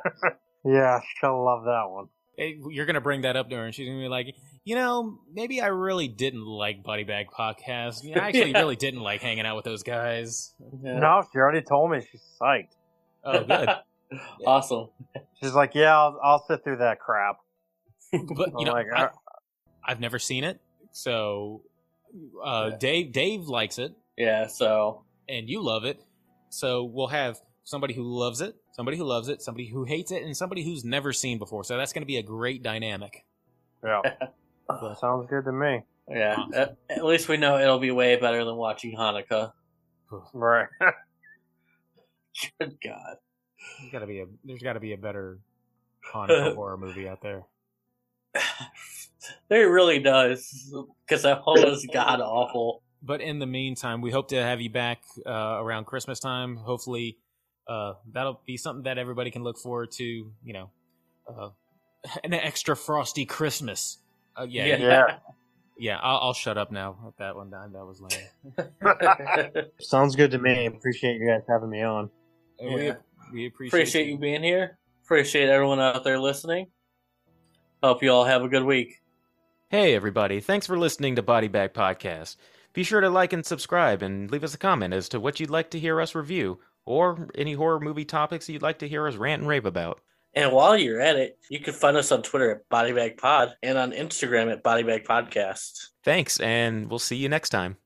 Yeah, she'll love that one.
Eh, You're gonna bring that up to her, and she's gonna be like, you know, maybe I really didn't like Body Bag Podcast. You know, I actually
Yeah.
really didn't like hanging out with those guys.
Yeah.
No, she already told me she's psyched.
Oh, good.
awesome.
She's like, yeah, I'll, I'll sit through that crap.
But
I'm
you know,
like,
I,
"Uh,
I've never seen it, so uh,
Yeah.
Dave Dave likes it,
Yeah. So
and you love it. So we'll have somebody who loves it, somebody who loves it, somebody who hates it, and somebody who's never seen before. So that's going to be a great dynamic.
yeah, that sounds good to me.
yeah.
Uh.
At, at least we know it'll be way better than watching Hanukkah.
Right.
Good God.
There's got to be a there's got to be a better Hanukkah horror movie out there.
It really does because that whole is god awful.
But in the meantime, we hope to have you back uh, around Christmas time. Hopefully, uh, that'll be something that everybody can look forward to. You know, uh, an extra frosty Christmas. Uh, yeah, yeah,
yeah.
I'll, I'll shut up now. with That one that that was lame.
Sounds good to me. Appreciate you guys having me on.
And we-
Yeah.
We, appreciate,
Appreciate you being here. Appreciate everyone out there listening. Hope you all have a good week.
Hey, everybody. Thanks for listening to Body Bag Podcast. Be sure to like and subscribe and leave us a comment as to what you'd like to hear us review or any horror movie topics you'd like to hear us rant and rave about.
And while you're at it, you can find us on Twitter at Bodybag Pod and on Instagram at Bodybag Podcast.
Thanks, and we'll see you next time.